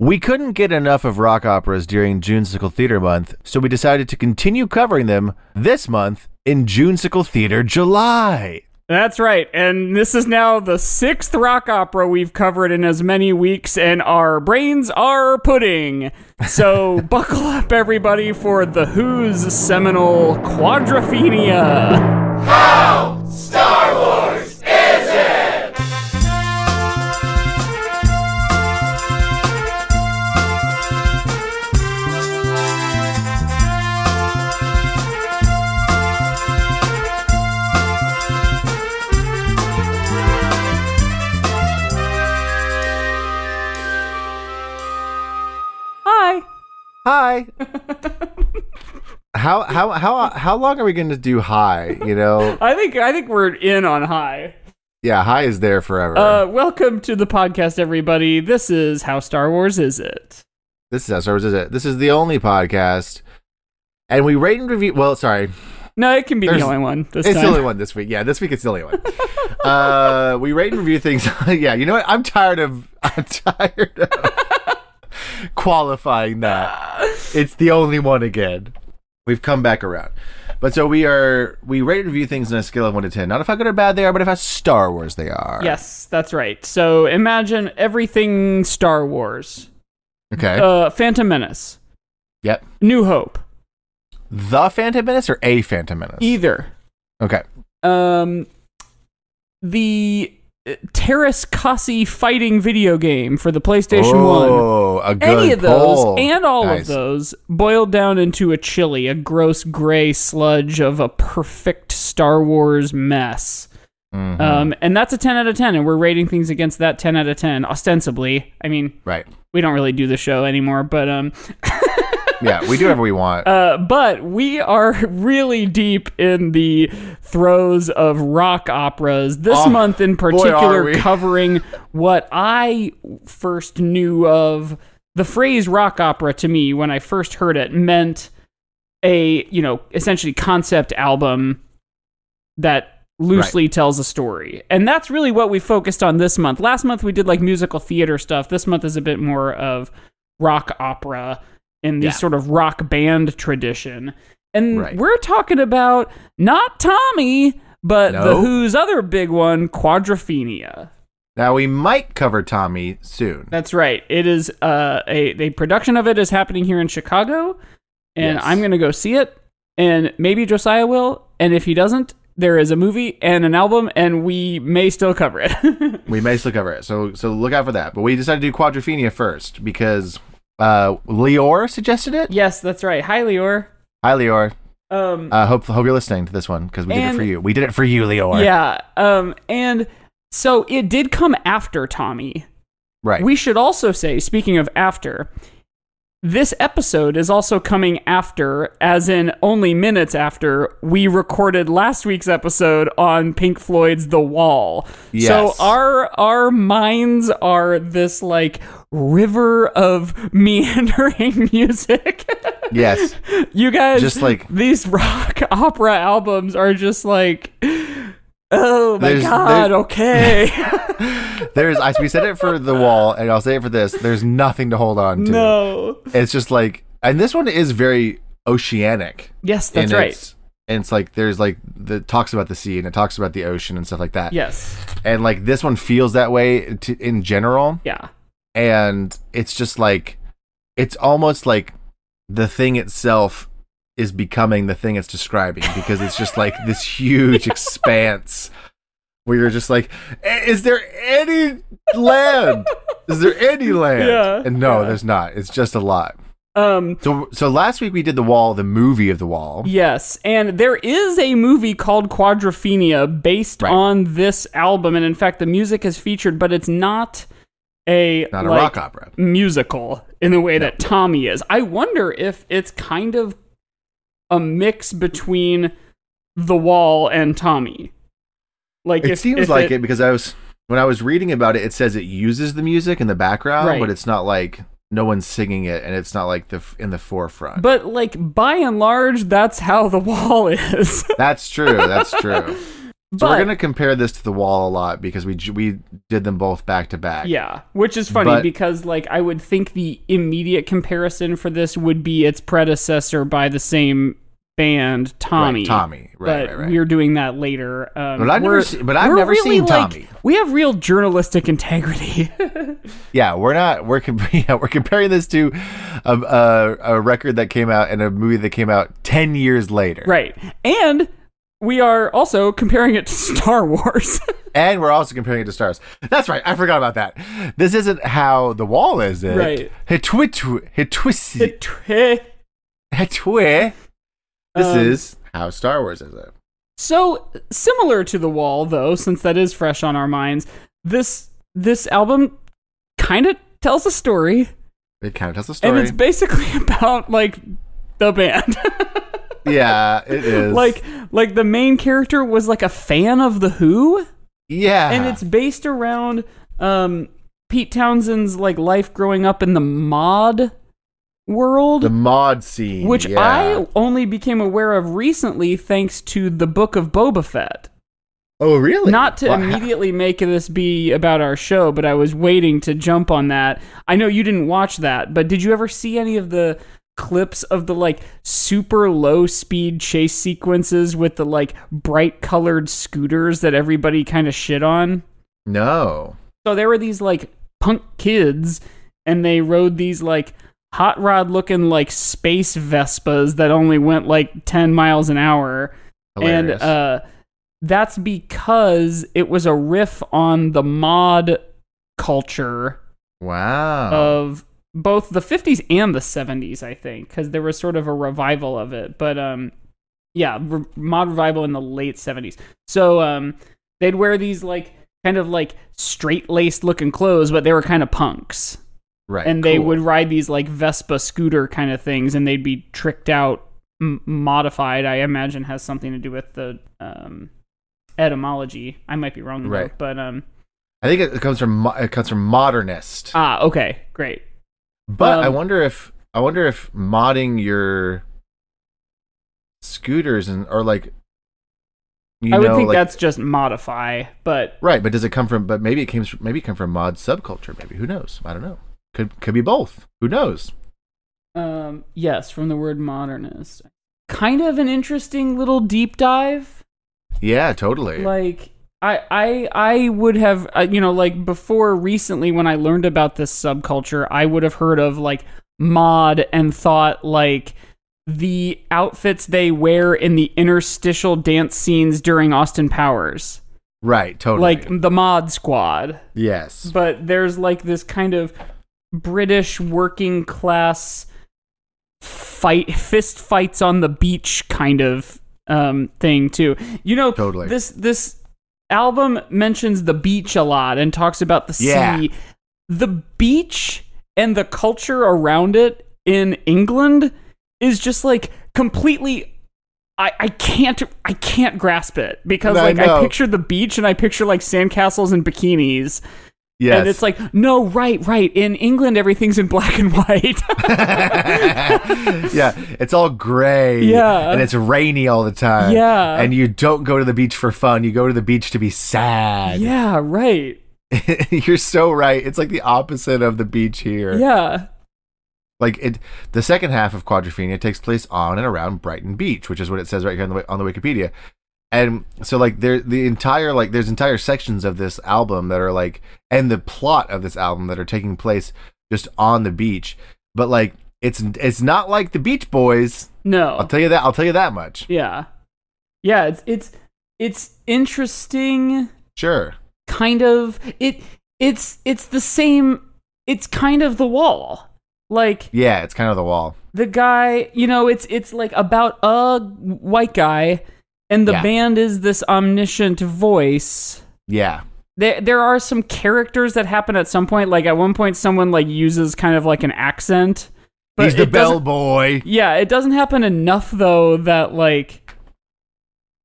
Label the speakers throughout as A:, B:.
A: We couldn't get enough of rock operas during Junesicle Theater Month, so we decided to continue covering them this month in Junesicle Theater July.
B: That's right. And this is now the sixth rock opera we've covered in as many weeks, and our brains are pudding. So buckle up, everybody, for The Who's seminal Quadrophenia.
C: How Star Wars is it?
B: Hi.
A: Hi. how how how how long are we going to do hi? You know,
B: I think I think we're in on high.
A: yeah, hi is there forever.
B: Uh, welcome to the podcast, everybody. This is How Star Wars Is It.
A: this is how Star Wars is it. This is the only podcast, and we rate and review. Well, sorry,
B: No, it can be
A: There's-
B: the only one this
A: it's
B: time.
A: the only one this week. Yeah, this week it's the only one. uh, we rate and review things. yeah, you know what? I'm tired of. I'm tired of qualifying that. It's the only one again. We've come back around. But so we are. We rate and review things on a scale of one to ten. Not if how good or bad they are, but if how Star Wars they are.
B: Yes, that's right. So imagine everything Star Wars.
A: Okay.
B: Uh, Phantom Menace,
A: yep.
B: New Hope,
A: The Phantom Menace or a Phantom Menace.
B: either.
A: okay.
B: Um, the uh, Terrace Kasi fighting video game for the PlayStation One.
A: oh, a good
B: Any of those
A: poll.
B: and all
A: Nice.
B: of those boiled down into a chili, a gross gray sludge of a perfect Star Wars mess.
A: Mhm.
B: Um, and that's a 10 out of 10, and we're rating things against that 10 out of 10, ostensibly. I mean,
A: right.
B: we don't really do the show anymore, but um,
A: Yeah, we do whatever we want.
B: uh, but we are really deep in the throes of rock operas this
A: Oh,
B: month in
A: are
B: particular,
A: we.
B: covering what I first knew of the phrase rock opera to me when I first heard it meant a you know essentially concept album that loosely tells a story and that's really what we focused on this month last month we did like musical theater stuff this month is a bit more of rock opera in the
A: Yeah.
B: sort of rock band tradition and
A: Right.
B: we're talking about not tommy but the
A: No.
B: who's other big one quadrophenia
A: Now we might cover Tommy soon.
B: that's right it is uh, a, a production of it is happening here in chicago and
A: Yes.
B: i'm gonna go see it and maybe josiah will and if he doesn't there is a movie and an album and we may still cover it
A: We may still cover it, so so look out for that. But we decided to do Quadrophenia first because uh, Leor suggested it.
B: yes that's right hi leor
A: Hi, Leor.
B: um,
A: Uh, hope hope you're listening to this one because we did it
B: And-
A: for you. We did it for you, Leor.
B: yeah um, and so it did come after tommy
A: right.
B: We should also say, speaking of after, this episode is also coming after, as in only minutes after, we recorded last week's episode on Pink Floyd's The Wall.
A: Yes.
B: So our our minds are this like river of meandering music.
A: yes,
B: you guys
A: Just like-
B: these rock opera albums are just like Oh my
A: There's-
B: god,
A: there-
B: okay.
A: there's. I, we said it for the wall, and I'll say it for this. There's nothing to hold on to.
B: no.
A: It's just like, and this one is very oceanic.
B: Yes,
A: and
B: that's right.
A: It's, and it's like there's like the talks about the sea and it talks about the ocean and stuff like that.
B: Yes.
A: And like this one feels that way to, in general.
B: Yeah.
A: and it's just like it's almost like the thing itself is becoming the thing it's describing because it's just like this huge expanse where you're just like "Eh, is there any land is there any land
B: Yeah,
A: and no
B: yeah.
A: there's not it's just a lot
B: Um
A: so so last week we did the wall the movie of the wall
B: Yes, and there is a movie called Quadrophenia based
A: Right.
B: on this album, and in fact, the music is featured, but it's not a
A: not a
B: like,
A: rock opera
B: musical in the way that Tommy is. I wonder if it's kind of a mix between The Wall and Tommy. Like
A: it
B: if-
A: seems
B: if
A: like it, because i was when i was reading about it it says it uses the music in the background
B: Right.
A: but it's not like no one's singing it and it's not like the f- in the forefront
B: But like by and large, that's how The Wall is.
A: that's true that's true So
B: but
A: we're gonna compare this to the wall a lot because we j- we did them both back to back.
B: yeah, which is funny
A: But-
B: because like I would think the immediate comparison for this would be its predecessor by the same band, Tommy.
A: Right, Tommy. Right,
B: but
A: right, right.
B: we're doing that later. Um,
A: But I've never
B: we're-
A: se- but I've
B: we're
A: never
B: really,
A: seen
B: like-
A: Tommy.
B: We have real journalistic integrity.
A: Yeah, we're not we're comp- yeah, we're comparing this to a, a a record that came out and a movie that came out ten years later.
B: Right. And we are also comparing it to Star Wars.
A: And we're also comparing it to stars. That's right. I forgot about that. This isn't how the wall is. It
B: Right.
A: Hitwitu hitwisi hitwi. This
B: Um,
A: is how Star Wars is. It.
B: so similar to The Wall though, since that is fresh on our minds, this this album kind of tells a story,
A: It kind of tells a story.
B: and it's basically about like the band.
A: yeah, it is.
B: like like the main character was like a fan of the Who.
A: yeah,
B: and it's based around um, Pete Townsend's like life growing up in the mod world,
A: the mod scene,
B: which
A: yeah.
B: I only became aware of recently thanks to the Book of Boba Fett.
A: oh really
B: Not to
A: Wow.
B: immediately make this be about our show, but I was waiting to jump on that. I know you didn't watch that, but did you ever see any of the clips of the like super low speed chase sequences with the like bright colored scooters that everybody kind of shit on?
A: No,
B: So there were these like punk kids, and they rode these like hot rod looking like space Vespas that only went like 10 miles an hour.
A: Hilarious.
B: And uh, that's because it was a riff on the mod culture
A: wow,
B: of both the 50s and the 70s i think because there was sort of a revival of it but um yeah re- mod revival in the late 70s so um they'd wear these like kind of like straight laced looking clothes but they were kind of punks
A: right,
B: and they
A: cool.
B: would ride these like vespa scooter kind of things and they'd be tricked out m- modified i imagine has something to do with the um etymology i might be wrong though,
A: Right.
B: but um
A: I think it comes from mo- it comes from modernist.
B: ah okay great
A: But I
B: Um,
A: wonder if I wonder if modding your scooters and or like you
B: I would
A: know,
B: think
A: like-
B: that's just modify, but
A: right. But does it come from? But maybe it came. s- Maybe it come from mod subculture. Maybe who knows? I don't know. Could could be both. Who knows?
B: um, yes, from the word modernist. Kind of an interesting little deep dive.
A: Yeah, totally.
B: Like I, I, I would have, uh, you know, like before recently when I learned about this subculture, I would have heard of like mod and thought like the outfits they wear in the interstitial dance scenes during Austin Powers,
A: Oh, right. Totally.
B: like the mod squad.
A: yes.
B: but there's like this kind of British working class fight fist fights on the beach kind of um thing too. You know
A: Totally.
B: this this album mentions the beach a lot and talks about the
A: Yeah.
B: sea. The beach and the culture around it in England is just like completely I, I can't I can't grasp it because
A: I
B: like I
A: know.
B: picture the beach and I picture like sandcastles and bikinis
A: yes.
B: and it's like, no, right, right. In England, everything's in black and white.
A: yeah, it's all gray.
B: Yeah.
A: And it's rainy all the time.
B: Yeah.
A: And you don't go to the beach for fun. You go to the beach to be sad.
B: yeah, right.
A: You're so right. It's like the opposite of the beach here.
B: Yeah.
A: Like it the second half of Quadrophenia takes place on and around Brighton Beach, which is what it says right here on the on the Wikipedia. And so like there the entire like there's entire sections of this album that are like and the plot of this album that are taking place just on the beach. But like it's it's not like the Beach Boys. I'll
B: No.
A: tell you that. I'll tell you that much.
B: Yeah. Yeah. It's it's it's interesting.
A: Sure.
B: Kind of. It it's it's the same. It's kind of the wall. Like
A: Yeah, it's kind of the wall.
B: the guy, you know, it's it's like about a white guy, and the
A: Yeah.
B: band is this omniscient voice.
A: Yeah.
B: there there are some characters that happen at some point. Like at one point, someone like uses kind of like an accent. But
A: He's the
B: it doesn't-
A: bellboy.
B: Yeah, it doesn't happen enough though that like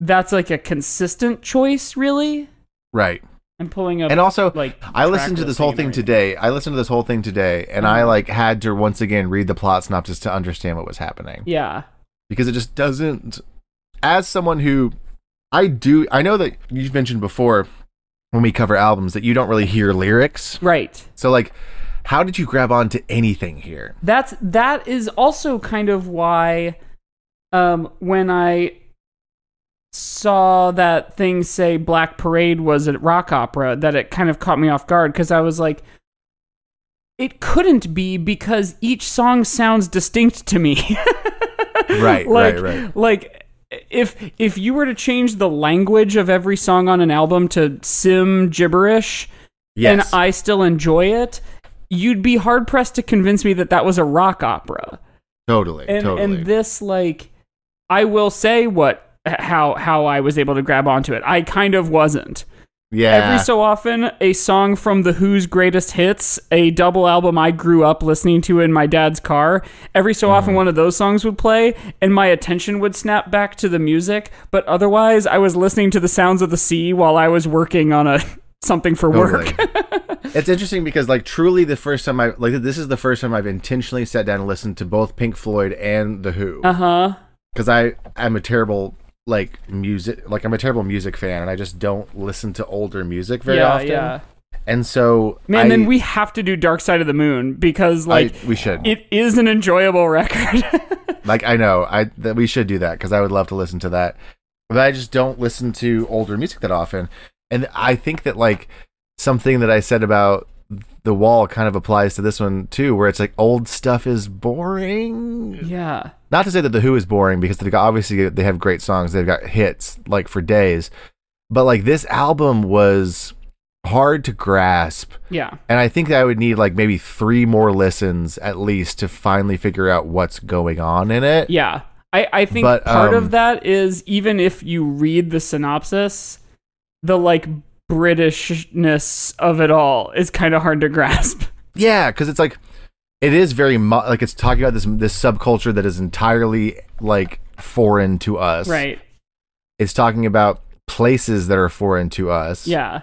B: that's like a consistent choice. Really,
A: Right.
B: I'm pulling up.
A: And also,
B: like
A: I
B: track
A: listened to this
B: listing
A: whole
B: and
A: thing
B: everything.
A: today. I listened to this whole thing today, and I
B: Mhm.
A: like had to once again read the plot synopsis to understand what was happening
B: Yeah,
A: because it just doesn't. As someone who I do. I know that you've mentioned before when we cover albums that you don't really hear lyrics.
B: Right.
A: So, like, how did you grab onto anything here?
B: That's that is also kind of why um when I saw that thing say Black Parade was a rock opera that it kind of caught me off guard cuz I was like it couldn't be because each song sounds distinct to me.
A: Right,
B: like,
A: right, right.
B: Like if if you were to change the language of every song on an album to sim gibberish
A: Yes.
B: and I still enjoy it, you'd be hard pressed to convince me that that was a rock opera.
A: totally.
B: And
A: totally.
B: and this like, I will say what how how I was able to grab onto it. I kind of wasn't.
A: yeah.
B: Every so often, a song from the Who's greatest hits, a double album I grew up listening to in my dad's car. Every so
A: Mm-hmm.
B: often, one of those songs would play, and my attention would snap back to the music. But otherwise, I was listening to the sounds of the sea while I was working on a something for work.
A: Totally. it's interesting because like truly the first time I like this is the first time I've intentionally sat down and listened to both Pink Floyd and The Who
B: Uh huh.
A: because I I'm a terrible like music like I'm a terrible music fan and I just don't listen to older music very
B: yeah,
A: often.
B: Yeah.
A: And so
B: Man,
A: I,
B: then we have to do Dark Side of the Moon because
A: I-
B: like
A: we should
B: it is an enjoyable record.
A: like I know I that we should do that because I would love to listen to that, but I just don't listen to older music that often. And I think that like something that I said about the wall kind of applies to this one too, where it's like old stuff is boring.
B: yeah.
A: not to say that the Who is boring because they got, obviously they have great songs, they've got hits like for days, but like this album was hard to grasp,
B: Yeah.
A: and I think that I would need like maybe three more listens at least to finally figure out what's going on in it.
B: Yeah. I, I think
A: But,
B: part
A: um,
B: of that is even if you read the synopsis, the like Britishness of it all is kind of hard to grasp.
A: Yeah, because it's like it is very mu- like it's talking about this this subculture that is entirely like foreign to us.
B: right.
A: It's talking about places that are foreign to us.
B: Yeah.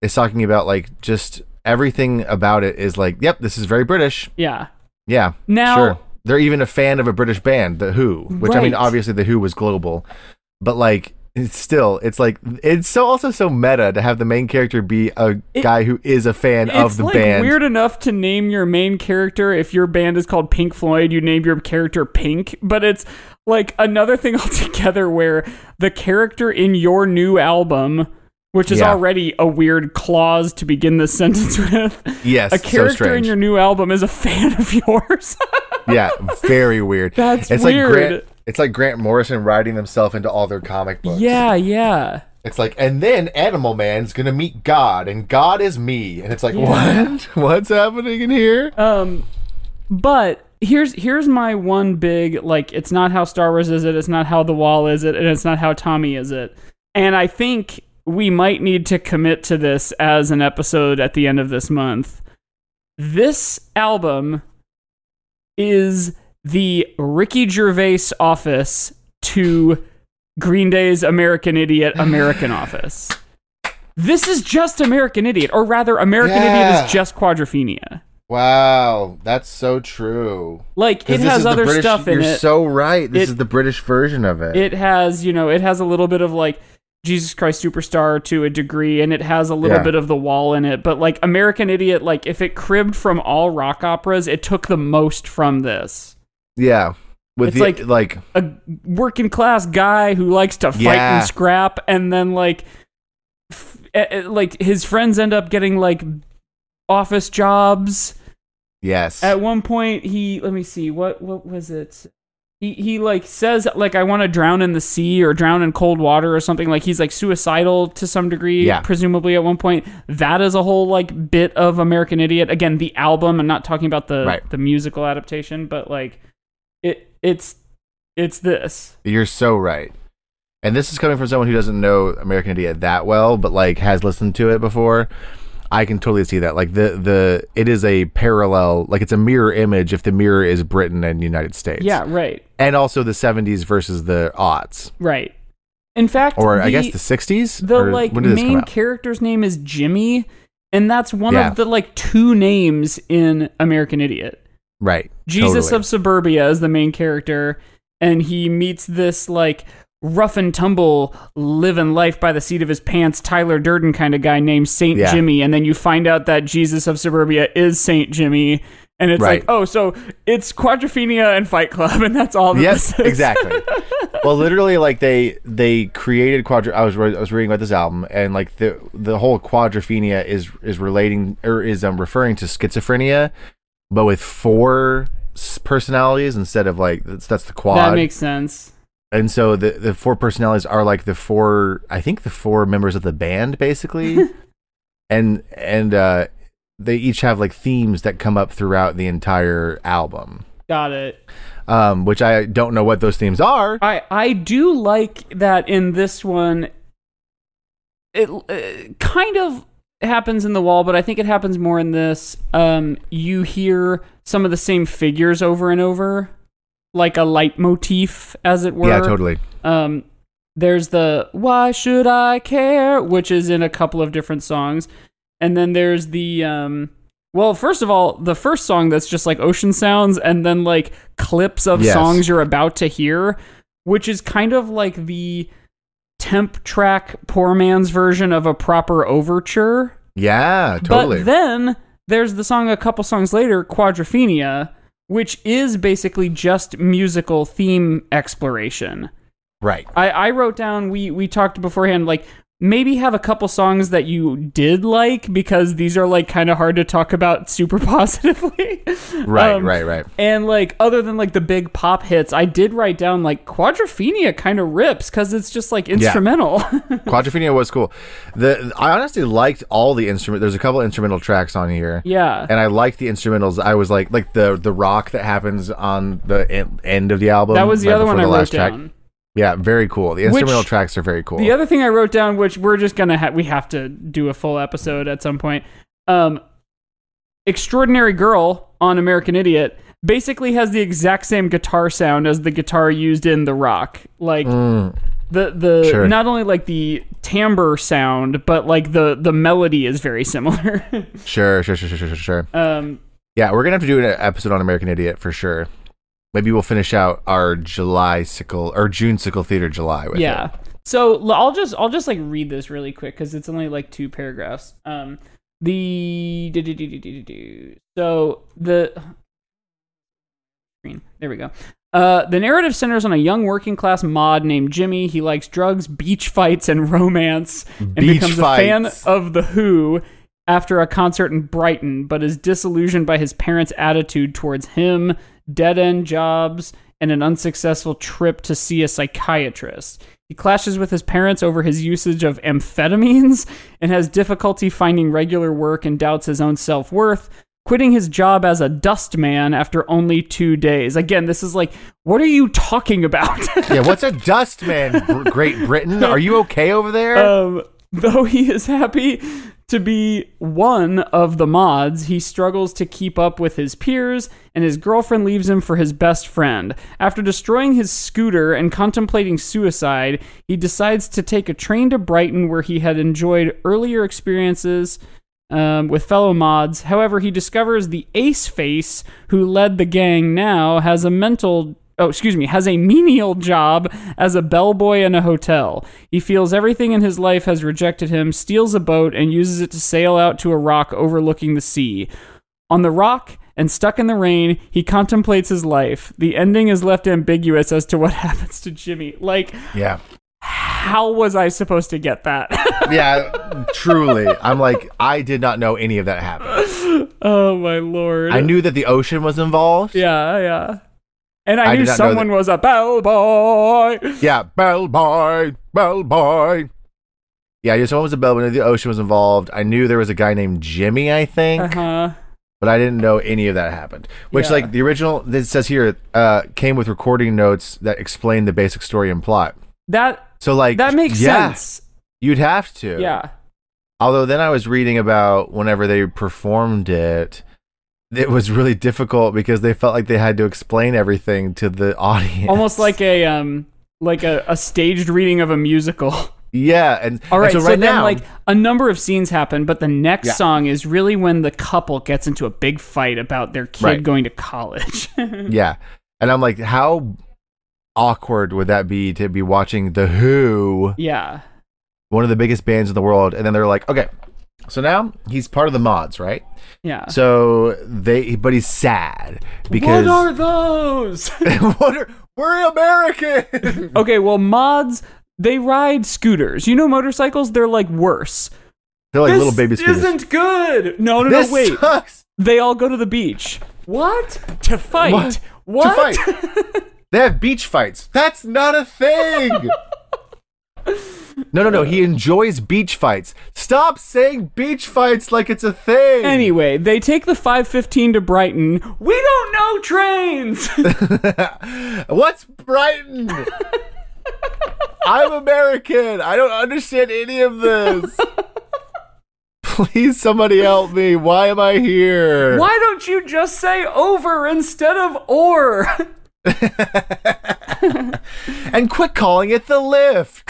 A: It's talking about like just everything about it is like, yep, this is very British.
B: Yeah.
A: Yeah.
B: Now-
A: sure. They're even a fan of a British band, The Who, which I mean,
B: Right.
A: obviously, The Who was global, but like, it's still, it's like, it's so also so meta to have the main character be a
B: It-
A: guy who is a fan of
B: it's
A: the
B: like
A: band.
B: weird enough to name your main character if your band is called Pink Floyd, you name your character Pink, but it's like another thing altogether where the character in your new album, which is
A: Yeah.
B: already a weird clause to begin this sentence with,
A: Yes,
B: a
A: so
B: character in
A: strange.
B: your new album is a fan of yours.
A: yeah, very weird.
B: That's
A: it's
B: weird.
A: Like Grant, it's like Grant Morrison writing himself into all their comic books.
B: yeah, yeah.
A: It's like, and then Animal Man's going to meet God, and God is me. And it's like,
B: Yeah.
A: what? What's happening in here?
B: Um, but here's here's my one big like it's not how Star Wars is it, it's not how The Wall is it, and it's not how Tommy is it. And I think we might need to commit to this as an episode at the end of this month. This album is the Ricky Gervais office to Green Day's American Idiot American Office. This is just American Idiot, or rather, American Idiot
A: Yeah.
B: is just Quadrophenia.
A: wow, that's so true.
B: Like
A: 'Cause
B: it
A: this is
B: has
A: the
B: other
A: British-
B: stuff in
A: you're
B: it.
A: so right. This
B: It-
A: is the British version of it.
B: it has, you know, it has a little bit of like Jesus Christ Superstar to a degree, and it has a little
A: Yeah.
B: bit of the wall in it. But like American Idiot, like if it cribbed from all rock operas, it took the most from this.
A: yeah, with
B: It's
A: the like,
B: like- A working class guy who likes to fight
A: Yeah.
B: and scrap, and then like, f- eh, eh, like his friends end up getting like office jobs.
A: yes,
B: At one point, he let me see what what was it. He he like says like I want to drown in the sea or drown in cold water or something. Like he's like suicidal to some degree,
A: Yeah.
B: presumably at one point. That is a whole like bit of American Idiot. Again, the album. I'm not talking about the
A: Right.
B: the musical adaptation, but like it it's it's this.
A: you're so right. And this is coming from someone who doesn't know American Idiot that well, but like has listened to it before. I can totally see that. Like the the it is a parallel, like it's a mirror image if the mirror is Britain and United States.
B: Yeah, right,
A: and also the 70s versus the aughts,
B: right. In fact,
A: or I
B: the-
A: guess the 60s.
B: the
A: Or
B: like
A: when did this come
B: main
A: out?
B: character's name is Jimmy, and that's one
A: Yeah.
B: of the like two names in American Idiot.
A: right?
B: Jesus
A: totally.
B: of Suburbia is the main character, and he meets this like rough and tumble, living life by the seat of his pants, Tyler Durden kind of guy named Saint
A: Yeah.
B: Jimmy, and then you find out that Jesus of Suburbia is Saint Jimmy, and it's
A: Right.
B: like, oh, so it's Quadrophenia and Fight Club, and that's all. That
A: yes,
B: this is.
A: exactly. well, literally, like they they created quadra. I was re- I was reading about this album, and like the the whole quadrophenia is is relating or is um referring to schizophrenia, but with four s- personalities instead of like that's, that's the quad.
B: That makes sense.
A: and so the the four personalities are like the four I think the four members of the band basically, and and uh, they each have like themes that come up throughout the entire album.
B: Got it.
A: Um, which I don't know what those themes are.
B: I I do like that in this one. It uh, kind of happens in the wall, but I think it happens more in this. Um, you hear some of the same figures over and over, like a leitmotif, as it were.
A: Yeah, totally.
B: Um, there's the "Why should I care," which is in a couple of different songs, and then there's the um. Well, first of all, the first song that's just like ocean sounds, and then like clips of
A: Yes.
B: songs you're about to hear, which is kind of like the temp track poor man's version of a proper overture.
A: Yeah, Uh, totally.
B: But then there's the song a couple songs later, Quadrophenia, which is basically just musical theme exploration.
A: right.
B: I, I wrote down we we talked beforehand like maybe have a couple songs that you did like because these are like kind of hard to talk about super positively
A: Right,
B: Um,
A: right, right.
B: and like other than like the big pop hits i did write down like quadrophenia kind of rips because it's just like instrumental
A: Quadrophenia was cool. The I honestly liked all the instrument. There's a couple instrumental tracks on here.
B: yeah
A: And I liked the instrumentals. I was like, like the the rock that happens on the en- end of the album.
B: that was the
A: right
B: other one
A: before
B: i
A: the
B: wrote
A: last track.
B: down
A: Yeah, very cool. The instrumental tracks are very cool.
B: The other thing I wrote down, which we're just gonna ha- we have to do a full episode at some point. Um, extraordinary girl on American Idiot basically has the exact same guitar sound as the guitar used in The Rock. Like
A: Mm,
B: the the
A: Sure.
B: not only like the timbre sound, but like the the melody is very similar.
A: sure, sure, sure, sure, sure, sure, sure.
B: um,
A: Yeah, we're gonna have to do an episode on American Idiot for sure. Maybe we'll finish out our July sickle or June sickle theater July with
B: yeah
A: it.
B: so l- i'll just i'll just like read this really quick because it's only like two paragraphs um the do, do, do, do, do, do, do. so the screen there we go uh, the narrative centers on a young working class mod named Jimmy. He likes drugs, beach fights, and romance, and
A: Beach
B: becomes
A: fights.
B: a fan of The Who after a concert in Brighton, but is disillusioned by his parents' attitude towards him, dead end jobs, and an unsuccessful trip to see a psychiatrist. He clashes with his parents over his usage of amphetamines and has difficulty finding regular work and doubts his own self worth. Quitting his job as a dust man after only two days. Again, this is like, what are you talking about?
A: Yeah, what's a dust man, Br- Great Britain? Are you okay over there?
B: Um, though he is happy to be one of the mods, he struggles to keep up with his peers, and his girlfriend leaves him for his best friend. After destroying his scooter and contemplating suicide, he decides to take a train to Brighton where he had enjoyed earlier experiences. Um, with fellow mods. However, he discovers the Ace Face, who led the gang now, has a mental oh excuse me has a menial job as a bellboy in a hotel he feels everything in his life has rejected him steals a boat and uses it to sail out to a rock overlooking the sea on the rock and stuck in the rain he contemplates his life the ending is left ambiguous as to what happens to jimmy like
A: yeah.
B: how was i supposed to get that
A: Yeah, truly. I'm like, I did not know any of that happened.
B: oh my lord
A: I knew that the ocean was involved.
B: yeah yeah and
A: I
B: i, knew
A: did not know that-
B: someone was a bellboy
A: Yeah, bell boy, bell boy. Yeah, yeah, someone was a bell. I knew the ocean was involved. I knew there was a guy named Jimmy, I think,
B: uh-huh
A: but I didn't know any of that happened. Which,
B: Yeah.
A: like, the original, this says here, uh, came with recording notes that explain the basic story and plot.
B: that
A: So, like,
B: that makes
A: yeah,
B: sense
A: You'd have to.
B: yeah
A: Although then I was reading about whenever they performed it, it was really difficult because they felt like they had to explain everything to the audience.
B: almost like a um like a, a staged reading of a musical
A: yeah, and
B: all right
A: and so right
B: then
A: now,
B: like a number of scenes happen but the next
A: Yeah.
B: song is really when the couple gets into a big fight about their kid
A: Right.
B: going to college
A: yeah, and I'm like, how awkward would that be to be watching The Who,
B: Yeah.
A: one of the biggest bands in the world, and then they're like, okay, so now he's part of the mods, right?
B: Uh-huh. Yeah.
A: So they, but he's sad because
B: what are those?
A: What are- we're American.
B: okay, well, mods, they ride scooters. You know, motorcycles, they're like worse.
A: they're like
B: this
A: little baby scooters.
B: isn't good. No, no,
A: this
B: no, wait.
A: sucks.
B: They all go to the beach. What? To fight.
A: What?
B: What?
A: To fight. they have beach fights. That's not a thing. no, no, no. He enjoys beach fights. Stop saying beach fights like it's a thing.
B: Anyway, they take the 515 to Brighton. We don't know trains.
A: What's Brighton? I'm American. I don't understand any of this. Please, somebody help me. Why am I here?
B: Why don't you just say over instead of or?
A: And quit calling it the lift.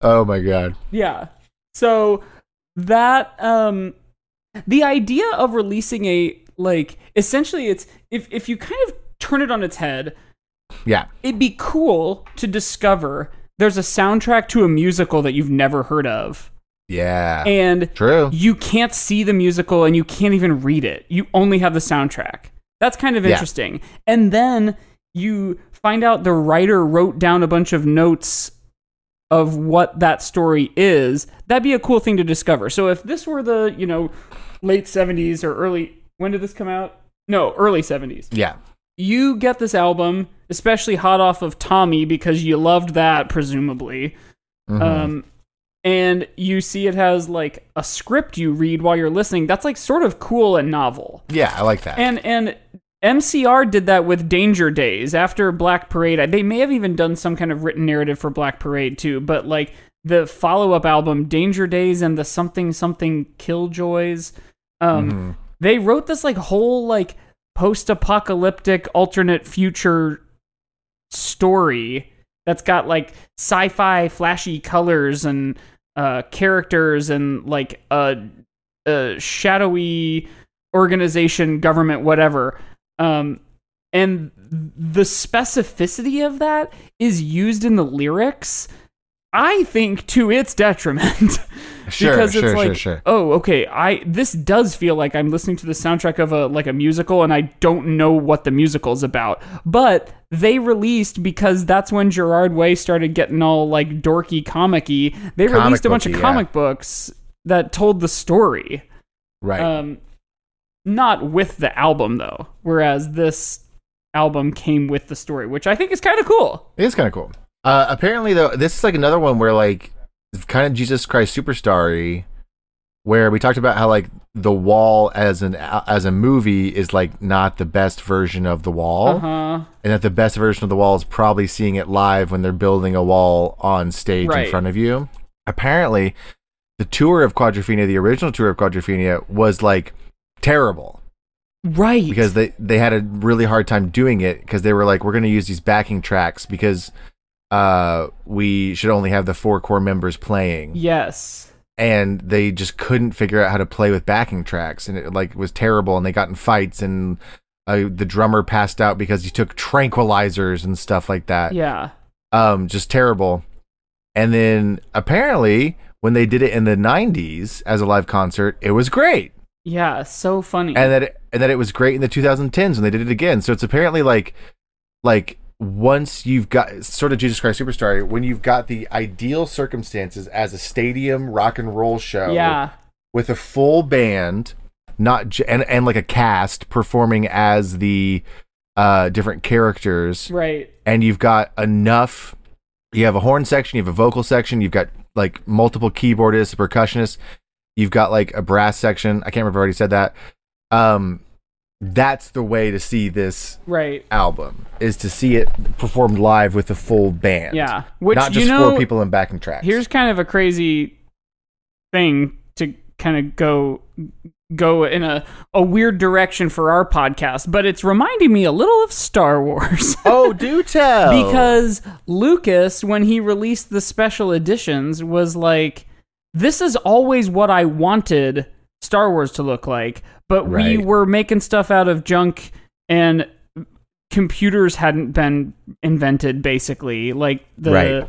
A: oh my god.
B: yeah. So that um the idea of releasing a like essentially it's if if you kind of turn it on its head,
A: Yeah.
B: it'd be cool to discover there's a soundtrack to a musical that you've never heard of.
A: Yeah.
B: And
A: True.
B: you can't see the musical and you can't even read it. You only have the soundtrack. That's kind of
A: Yeah.
B: interesting. And then you find out the writer wrote down a bunch of notes of what that story is. That'd be a cool thing to discover. So if this were the, you know, late 70s or early when did this come out? No, early 70s
A: Yeah.
B: you get this album, especially hot off of Tommy because you loved that, presumably.
A: Mm-hmm.
B: Um, and you see it has like a script you read while you're listening. That's like sort of cool and novel.
A: Yeah, I like that.
B: And and MCR did that with Danger Days after Black Parade. I- They may have even done some kind of written narrative for Black Parade too, but like the follow-up album Danger Days and the something something Killjoys um
A: Mm-hmm.
B: they wrote this like whole like post-apocalyptic alternate future story that's got like sci-fi flashy colors and uh characters and like a a shadowy organization government whatever um and the specificity of that is used in the lyrics i think to its detriment
A: Sure,
B: because it's
A: sure, sure,
B: like
A: sure.
B: oh okay i this does feel like i'm listening to the soundtrack of a like a musical and i don't know what the musical's about but they released because that's when gerard way started getting all like dorky comic-y they
A: Comic
B: released a bunch of
A: booky, yeah.
B: comic books that told the story
A: right.
B: um, not with the album though. Whereas this album came with the story, which I think is kind of cool.
A: It is kind of cool. Uh, apparently, though, this is like another one where like kind of Jesus Christ superstar where we talked about how like the wall as an as a movie is like not the best version of the wall
B: Uh huh.
A: and that the best version of the wall is probably seeing it live when they're building a wall on stage
B: Right.
A: in front of you apparently the tour of quadrophenia the original tour of quadrophenia was like terrible
B: Right.
A: because they they had a really hard time doing it because they were like we're going to use these backing tracks because uh we should only have the four core members playing
B: yes.
A: and they just couldn't figure out how to play with backing tracks and it like was terrible and they got in fights and uh, the drummer passed out because he took tranquilizers and stuff like that
B: Yeah.
A: um just terrible and then apparently when they did it in the 90s as a live concert it was great
B: Yeah. So funny.
A: and that it, and that it was great in the 2010s when they did it again. So it's apparently like like once you've got sort of Jesus Christ Superstar, when you've got the ideal circumstances as a stadium rock and roll show,
B: yeah.
A: with a full band, not j- and and like a cast performing as the uh different characters,
B: Right.
A: and you've got enough you have a horn section you have a vocal section you've got like multiple keyboardists percussionists you've got like a brass section i can't remember if i already said that um that's the way to see this
B: Right.
A: album is to see it performed live with a full band
B: Yeah. Which
A: not just
B: you know,
A: four people in backing tracks
B: here's kind of a crazy thing to kind of go go in a, a weird direction for our podcast, but it's reminding me a little of Star Wars.
A: oh do tell
B: because Lucas, when he released the special editions, was like, "This is always what I wanted Star Wars to look like." But we
A: Right.
B: were making stuff out of junk and computers hadn't been invented basically like the
A: Right.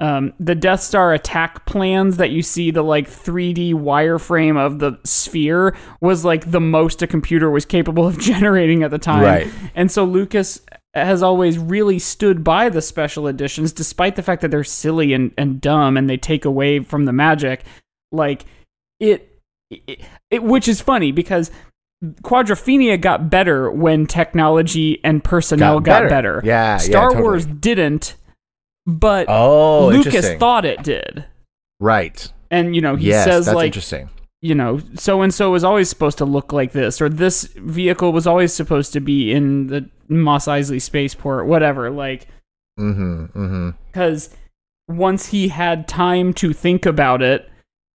B: um, the Death Star attack plans that you see the like 3D wireframe of the sphere was like the most a computer was capable of generating at the time.
A: Right.
B: And so Lucas has always really stood by the special editions despite the fact that they're silly and, and dumb and they take away from the magic. Like it, it, it which is funny because Quadrophenia got better when technology and personnel got, better.
A: Yeah, yeah,
B: Star
A: totally.
B: Wars didn't, but
A: Oh,
B: Lucas
A: interesting.
B: thought it did.
A: right.
B: And you know, he
A: yes,
B: says
A: that's
B: like,
A: interesting.
B: you know, so and so was always supposed to look like this, or this vehicle was always supposed to be in the Moss Eisley spaceport, whatever. Like,
A: Mm-hmm. Mm-hmm.
B: because once he had time to think about it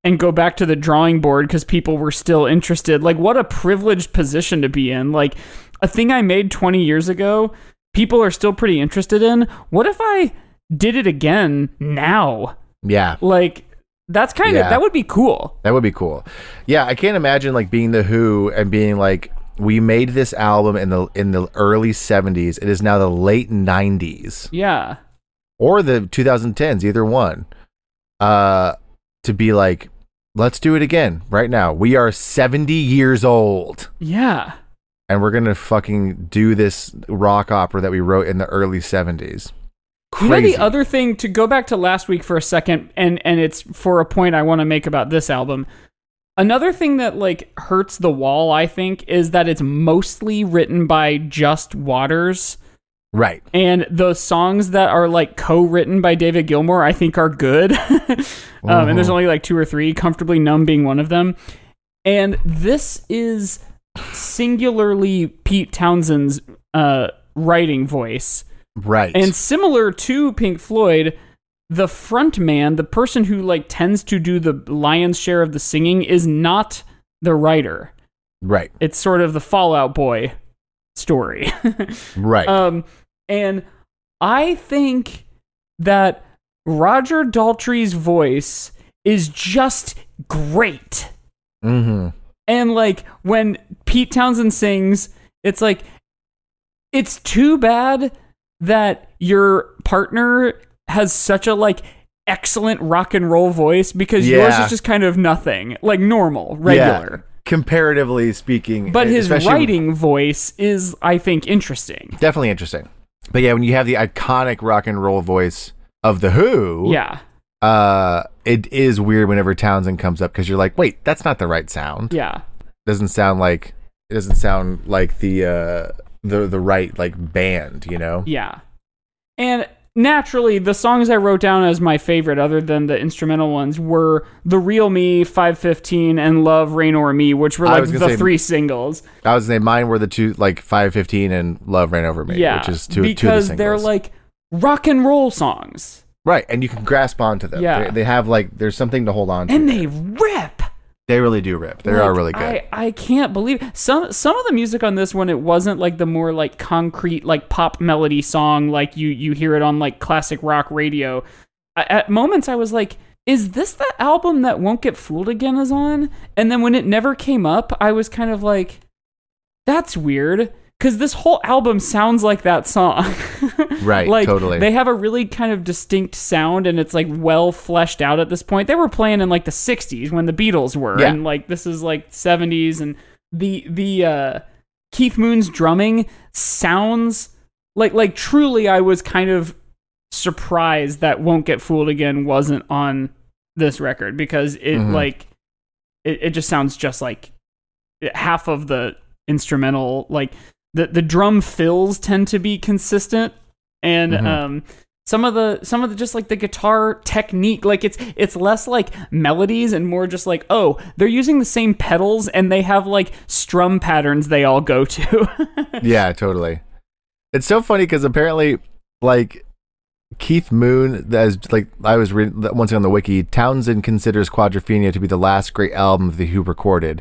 B: and go back to the drawing board because people were still interested like what a privileged position to be in like a thing i made 20 years ago people are still pretty interested in what if i did it again now
A: Yeah,
B: like that's kind of
A: Yeah.
B: that would be cool
A: that would be cool. Yeah, I can't imagine like being the Who and being like, we made this album in the in the early '70s. It is now the late '90s
B: yeah
A: or the 2010s, either one. Uh, to be like, let's do it again right now. We are 70 years old.
B: yeah
A: and we're gonna fucking do this rock opera that we wrote in the early seventies.
B: You know
A: Crazy.
B: the other thing to go back to last week for a second, and and it's for a point I want to make about this album. Another thing that like hurts the wall, I think, is that it's mostly written by just Waters,
A: right?
B: and the songs that are like co-written by David Gilmour, I think, are good. um, and there's only like two or three, comfortably numb being one of them. And this is singularly Pete Townsend's uh, writing voice.
A: Right.
B: And similar to Pink Floyd, the front man, the person who like tends to do the lion's share of the singing is not the writer.
A: right.
B: It's sort of the Fallout Boy story.
A: Right.
B: um and I think that Roger Daltrey's voice is just great.
A: mm-hmm.
B: And like when Pete Townsend sings, it's like it's too bad that your partner has such a like excellent rock and roll voice because yours
A: Yeah.
B: is just kind of nothing, like normal, regular.
A: Comparatively speaking,
B: But his
A: especially-
B: writing voice is, I think, interesting.
A: definitely interesting. But yeah, when you have the iconic rock and roll voice of the Who,
B: Yeah.
A: uh, it is weird whenever Townsend comes up because you're like, wait, that's not the right sound.
B: Yeah.
A: Doesn't sound like it doesn't sound like the uh the the right like band, you know?
B: Yeah. And naturally, the songs I wrote down as my favorite, other than the instrumental ones, were The Real Me, 515, and Love, Rain or Me, which were
A: I
B: like
A: was
B: the
A: gonna say-
B: three singles.
A: I was saying mine were the two like five fifteen and Love Ran Over Me,
B: yeah.
A: which is two two of the
B: because
A: singles.
B: they're like rock and roll songs.
A: right, and you can grasp onto them.
B: Yeah.
A: they, they have like there's something to hold on to.
B: And they rip.
A: they really do rip. They
B: Like,
A: are really good.
B: I, I can't believe some some of the music on this one. It wasn't like the more like concrete like pop melody song like you you hear it on like classic rock radio. I, at moments, I was like, "Is this the album that won't get fooled again is on?" And then when it never came up, I was kind of like, "That's weird." Because this whole album sounds like that song.
A: Right,
B: like,
A: totally.
B: They have a really kind of distinct sound and it's like well fleshed out at this point. They were playing in like the 60s when the Beatles were.
A: Yeah.
B: And like this is like 70s and the, the, uh, Keith Moon's drumming sounds like, like truly I was kind of surprised that Won't Get Fooled Again wasn't on this record because it
A: Mhm.
B: like, it, it just sounds just like half of the instrumental like the the drum fills tend to be consistent and
A: Mhm.
B: um some of the some of the just like the guitar technique like it's it's less like melodies and more just like oh they're using the same pedals and they have like strum patterns they all go to
A: yeah, totally. It's so funny because apparently, like Keith Moon, that is like I was reading that once on the wiki. Townsend considers Quadrophenia to be the last great album the Who recorded.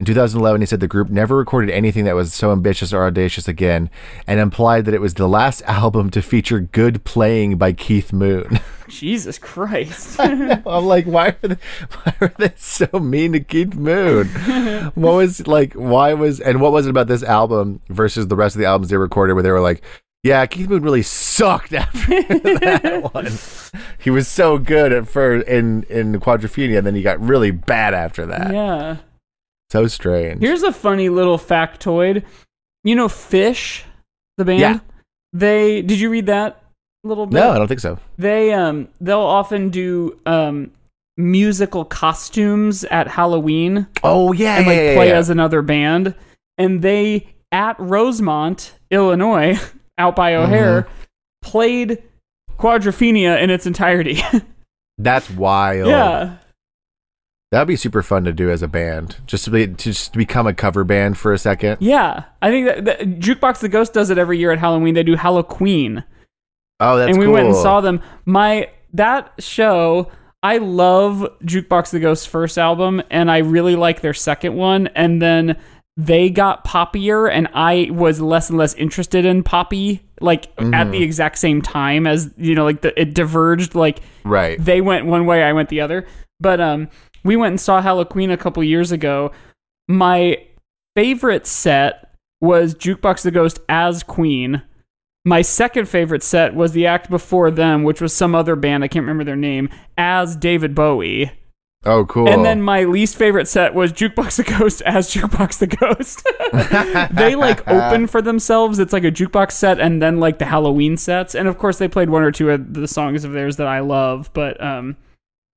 A: In 2011, he said the group never recorded anything that was so ambitious or audacious again, and implied that it was the last album to feature good playing by Keith Moon.
B: Jesus Christ.
A: I'm like, why were they, why were they so mean to Keith Moon? what was like, why was and what was it about this album versus the rest of the albums they recorded where they were like, yeah, Keith Moon really sucked after that one. He was so good at first in in Quadrophenia, and then he got really bad after that.
B: yeah.
A: So strange.
B: Here's a funny little factoid. You know Fish, the band?
A: Yeah.
B: They did you read that little bit?
A: no, I don't think so.
B: They um they'll often do um musical costumes at Halloween
A: Oh yeah,
B: and
A: yeah,
B: like
A: yeah,
B: play
A: yeah.
B: as another band. And they at Rosemont, Illinois, out by O'Hare,
A: Mm-hmm.
B: played Quadrophenia in its entirety.
A: That's wild.
B: yeah.
A: That'd be super fun to do as a band, just to be to just become a cover band for a second.
B: Yeah. I think that, that Jukebox the Ghost does it every year at Halloween. They do Halloween.
A: Oh, that's
B: and we
A: cool.
B: went and saw them. My that show, I love Jukebox the Ghost's first album, and I really like their second one. And then they got poppier, and I was less and less interested in poppy. Like
A: Mm-hmm.
B: at the exact same time as you know, like the, it diverged. Like
A: right.
B: they went one way, I went the other. But um, we went and saw Halloween a couple years ago. My favorite set was Jukebox the Ghost as Queen. My second favorite set was the act before them, which was some other band I can't remember their name, as David Bowie.
A: Oh, cool.
B: And then my least favorite set was Jukebox the Ghost as Jukebox the Ghost. they like open for themselves. It's like a jukebox set and then like the Halloween sets. And of course they played one or two of the songs of theirs that I love, but um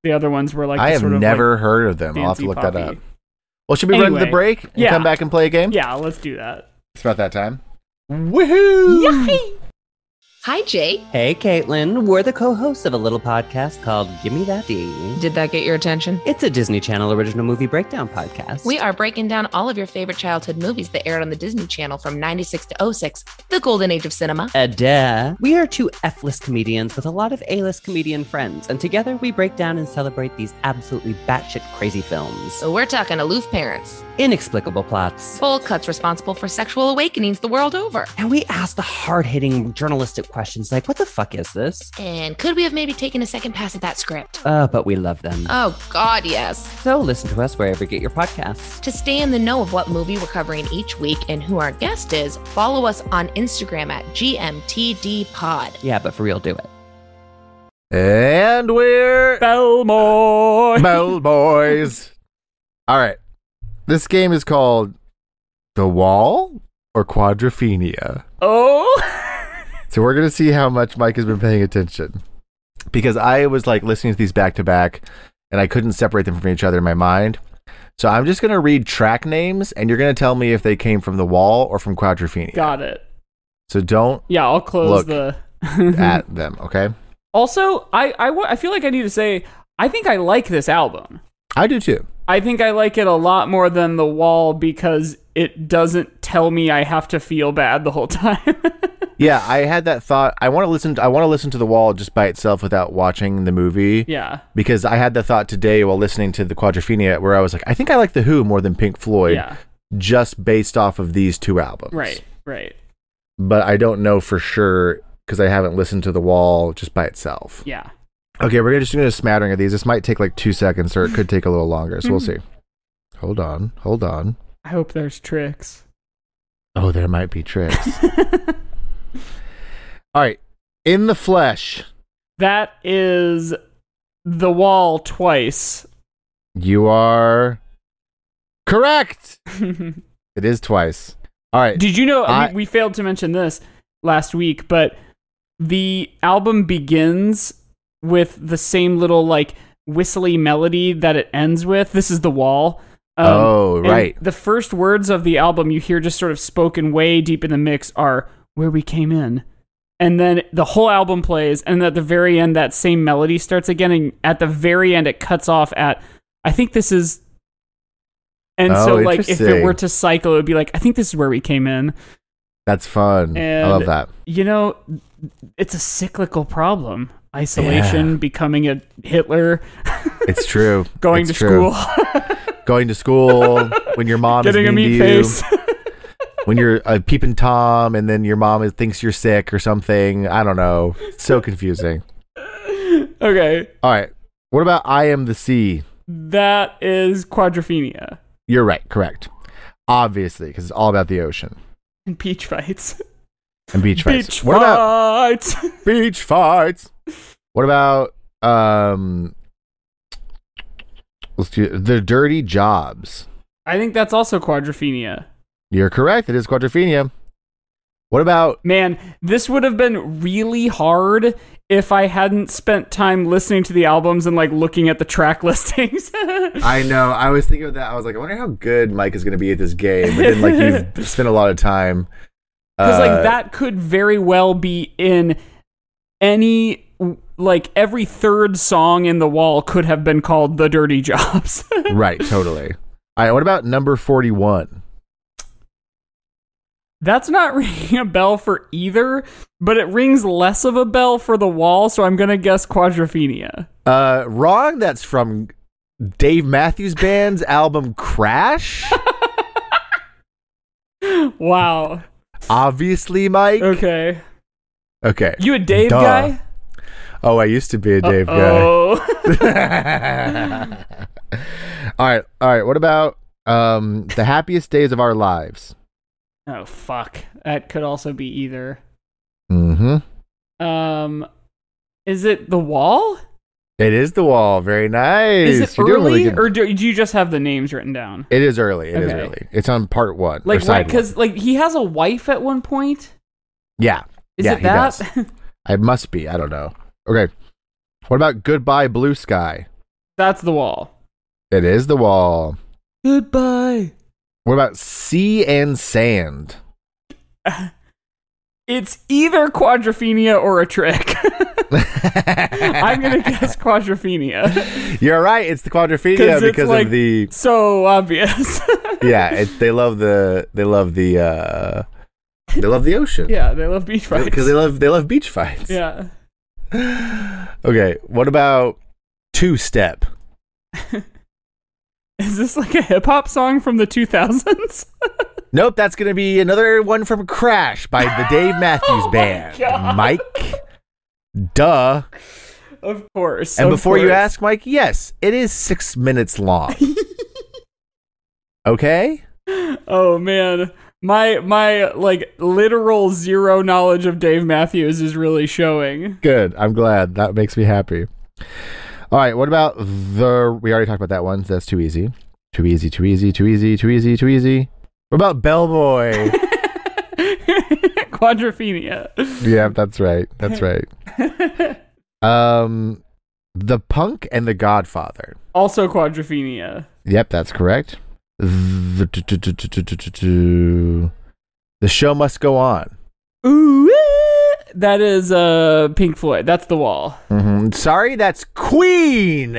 B: the other ones were like
A: I
B: the
A: have
B: sort of, like-
A: never heard of them. I'll have to
B: Dancy
A: look that up.
B: Poppy.
A: Well, should we run to the
B: Anyway,
A: break and
B: yeah.
A: come back and play a game?
B: yeah, let's do that.
A: It's about that time. Woohoo!
D: Hi, Jake.
E: Hey, Caitlin. We're the co hosts of a little podcast called Gimme That D.
D: Did that get your attention?
E: It's a Disney Channel original movie breakdown podcast.
D: We are breaking down all of your favorite childhood movies that aired on the Disney Channel from 96 to 06, the golden age of cinema.
E: Uh, duh. We are two F list comedians with a lot of A list comedian friends, and together we break down and celebrate these absolutely batshit crazy films.
D: So we're talking aloof parents,
E: Inexplicable plots.
D: bowl cuts responsible for sexual awakenings the world over.
E: And we ask the hard hitting journalistic questions like, what the fuck is this?
D: And could we have maybe taken a second pass at that script?
E: Uh, but we love them.
D: Oh, God, yes.
E: so listen to us wherever you get your podcasts.
D: To stay in the know of what movie we're covering each week and who our guest is, follow us on Instagram at GMTDPod.
E: Yeah, but for real, do it.
A: And we're
B: Belmore.
A: Metal Boys. All right. This game is called The Wall or Quadrophenia.
B: oh.
A: So we're gonna see how much Mike has been paying attention. Because I was like listening to these back to back and I couldn't separate them from each other in my mind. So I'm just gonna read track names and you're gonna tell me if they came from the wall or from Quadrophenia.
B: Got it.
A: So don't
B: Yeah, I'll
A: Look.
B: close the
A: at them, okay?
B: Also, I, I wa- I feel like I need to say I think I like this album.
A: I do too.
B: I think I like it a lot more than The Wall because it doesn't tell me I have to feel bad the whole time.
A: Yeah, I had that thought. I wanna listen I wanna listen to the wall just by itself without watching the movie.
B: yeah.
A: Because I had the thought today while listening to the Quadrophenia where I was like, I think I like The Who more than Pink Floyd
B: Yeah.
A: just based off of these two albums.
B: Right. Right.
A: but I don't know for sure because I haven't listened to The Wall just by itself.
B: Yeah.
A: Okay, we're just going to do a smattering of these. This might take like two seconds or it could take a little longer. So we'll
B: Mm-hmm.
A: see. Hold on. Hold on.
B: I hope there's tricks.
A: Oh, there might be tricks. All right. In the flesh,
B: That is The Wall twice.
A: you are correct.
B: Did
A: It is twice. All right.
B: you know
A: I-
B: we, we failed to mention this last week, but the album begins with the same little like whistly melody that it ends with. This is The Wall. Um,
A: oh,
B: And
A: right.
B: The first words of the album you hear just sort of spoken way deep in the mix are where we came in. And then the whole album plays, and at the very end, that same melody starts again. And at the very end, it cuts off at, I think this is. And so,
A: Oh,
B: like, if it
A: interesting.
B: were to cycle, it would be like, I think this is where we came in.
A: That's fun. I
B: And-
A: love that.
B: You know, it's a cyclical problem isolation, becoming a Hitler,
A: It's true.
B: going
A: It's
B: to
A: true.
B: school,
A: Going to school when your mom
B: getting
A: is
B: a
A: mean
B: meat
A: to you.
B: face.
A: when you're a peeping tom and then your mom is- thinks you're sick or something. I don't know. It's so confusing.
B: Okay,
A: All right. What about I am the sea?
B: that is Quadrophenia
A: You're right. Correct. Obviously, because it's all about the ocean
B: and peach fights.
A: and beach fights.
B: Beach
A: what about
B: fights.
A: beach fights? What about um? Let's do the dirty jobs.
B: I think that's also Quadrophenia.
A: You're correct. It is quadrophenia. What about
B: Man, this would have been really hard if I hadn't spent time listening to the albums and like looking at the track listings.
A: I know. I was thinking of that. I was like, I wonder how good Mike is going to be at this game. But then, like, you've spent a lot of time.
B: Because
A: uh,
B: like that could very well be in any like every third song in the wall could have been called the Dirty Jobs.
A: Right, totally. All right, what about number 41?
B: That's not ringing a bell for either, but it rings less of a bell for the wall. So I'm gonna guess Quadrophenia.
A: Uh, wrong. That's from Dave Matthews Band's album Crash.
B: Wow.
A: Obviously, Mike.
B: Okay.
A: Okay.
B: You a Dave
A: Duh.
B: guy?
A: Oh, I used to be a Dave
B: Oh.
A: guy. all right, all right. What about um, the happiest days of our lives?
B: oh fuck. That could also be either.
A: Mm-hmm.
B: Um, is it the wall?
A: It is the wall. Very nice.
B: Is it
A: You're doing really
B: early,
A: good.
B: or do, do you just have the names written down?
A: It is early. It is
B: Okay.
A: early. It's on part one. or
B: Like,
A: side one.
B: because like he has a wife at one point.
A: yeah,
B: Is
A: Yeah,
B: it
A: he
B: that?
A: I must be. I don't know. Okay. What about goodbye blue sky?
B: That's the wall.
A: It is the wall.
B: Goodbye.
A: What about sea and sand?
B: It's either Quadrophenia or a trick. I'm gonna guess Quadrophenia.
A: You're right. It's the quadrophenia
B: 'Cause it's
A: because
B: like-
A: of the
B: so obvious.
A: yeah. It, they love the they love the uh they love the ocean.
B: yeah, they love beach fights.
A: because they love they love beach fights.
B: yeah.
A: Okay. What about two step?
B: Is this like a hip hop song from the 2000s?
A: Nope, that's going to be another one from Crash by the Dave Matthews
B: Oh my
A: Band.
B: God.
A: Mike. Duh.
B: of course.
A: And
B: of
A: before you
B: course.
A: ask, Mike, yes, it is six minutes long. okay?
B: Oh man, my my like literal zero knowledge of Dave Matthews is really showing.
A: Good. I'm glad. That makes me happy. All right, what about the. We already talked about that one. so that's too easy. Too easy, too easy, too easy, too easy, too easy. What about Bellboy?
B: Quadrophenia.
A: yeah, that's right. That's right. Um, The Punk and the Godfather.
B: Also quadrophenia.
A: Yep, that's correct. The, tu- tu- tu- tu- tu- tu- tu- tu. The show must go on.
B: Ooh, eh. that is uh Pink Floyd. That's the wall.
A: Mhm. Sorry, that's Queen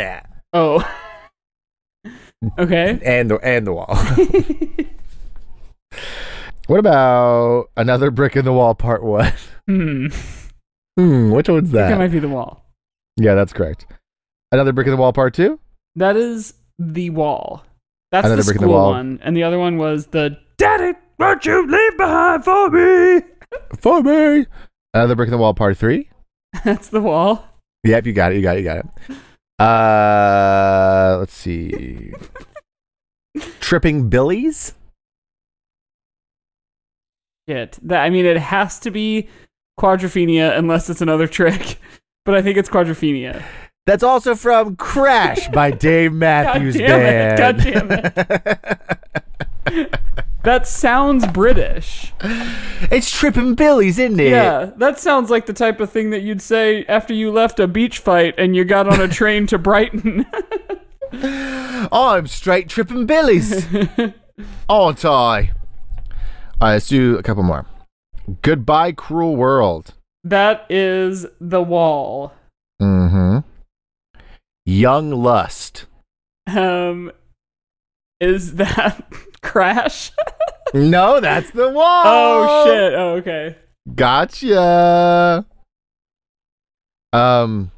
B: Oh. okay.
A: and the and the wall. what about another brick in the wall part one?
B: Hmm.
A: Hmm, which one's
B: That
A: that?
B: might be the wall.
A: yeah, that's correct. Another brick in the wall part two.
B: That is the wall. That's
A: Another
B: the
A: brick in
B: school
A: the wall.
B: one, and the other one was the Daddy, what you leave behind for me.
A: For me. Another brick in the wall part three.
B: That's the wall.
A: Yep, you got it. You got it. You got it. Uh, let's see. Tripping Billies.
B: Shit. That I mean, it has to be Quadrophenia unless it's another trick. But I think it's Quadrophenia.
A: That's also from Crash by Dave Matthews
B: damn it,
A: Band.
B: God That sounds British.
A: it's Trippin' Billy's, isn't it?
B: Yeah, that sounds like the type of thing that you'd say after you left a beach fight and you got on a train to Brighton.
A: Oh, I'm straight Trippin' Billy's. Aren't I? All right, let's do a couple more. Goodbye, Cruel World.
B: that is the wall.
A: Mm-hmm. Young Lust.
B: Um, is that crash?
A: No, that's the wall.
B: Oh shit! Oh, okay.
A: Gotcha. Um,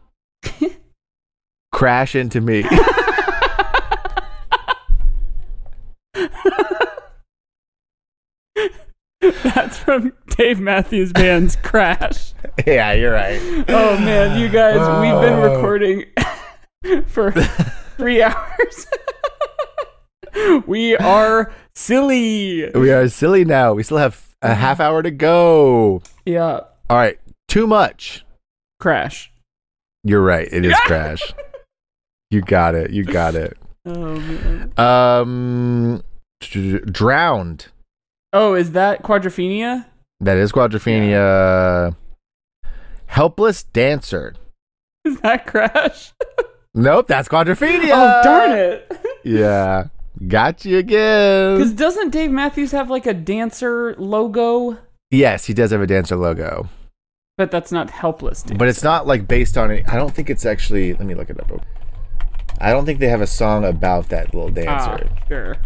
A: crash into me.
B: That's from Dave Matthews Band's Crash.
A: yeah, you're right.
B: Oh man, you guys, we've been
A: Oh.
B: recording for three hours. we are silly.
A: We are silly now. We still have a
B: Mm-hmm.
A: half hour to go.
B: Yeah,
A: All right. Too much.
B: Crash.
A: You're right. It is Crash. You got it. You got it.
B: Oh man.
A: Um, drowned.
B: Oh, is that Quadrophenia?
A: That is Quadrophenia. Helpless dancer.
B: Is that Crash?
A: Nope, that's Quadrophenia.
B: Oh darn it.
A: Yeah, got you
B: Because
A: again.
B: doesn't Dave Matthews have like a dancer logo?
A: Yes, he does have a dancer logo,
B: But that's not helpless, dude.
A: but it's not like based on it. I don't think it's actually. Let me look it up. I don't think they have a song about that little
B: ah,
A: dancer.
B: sure.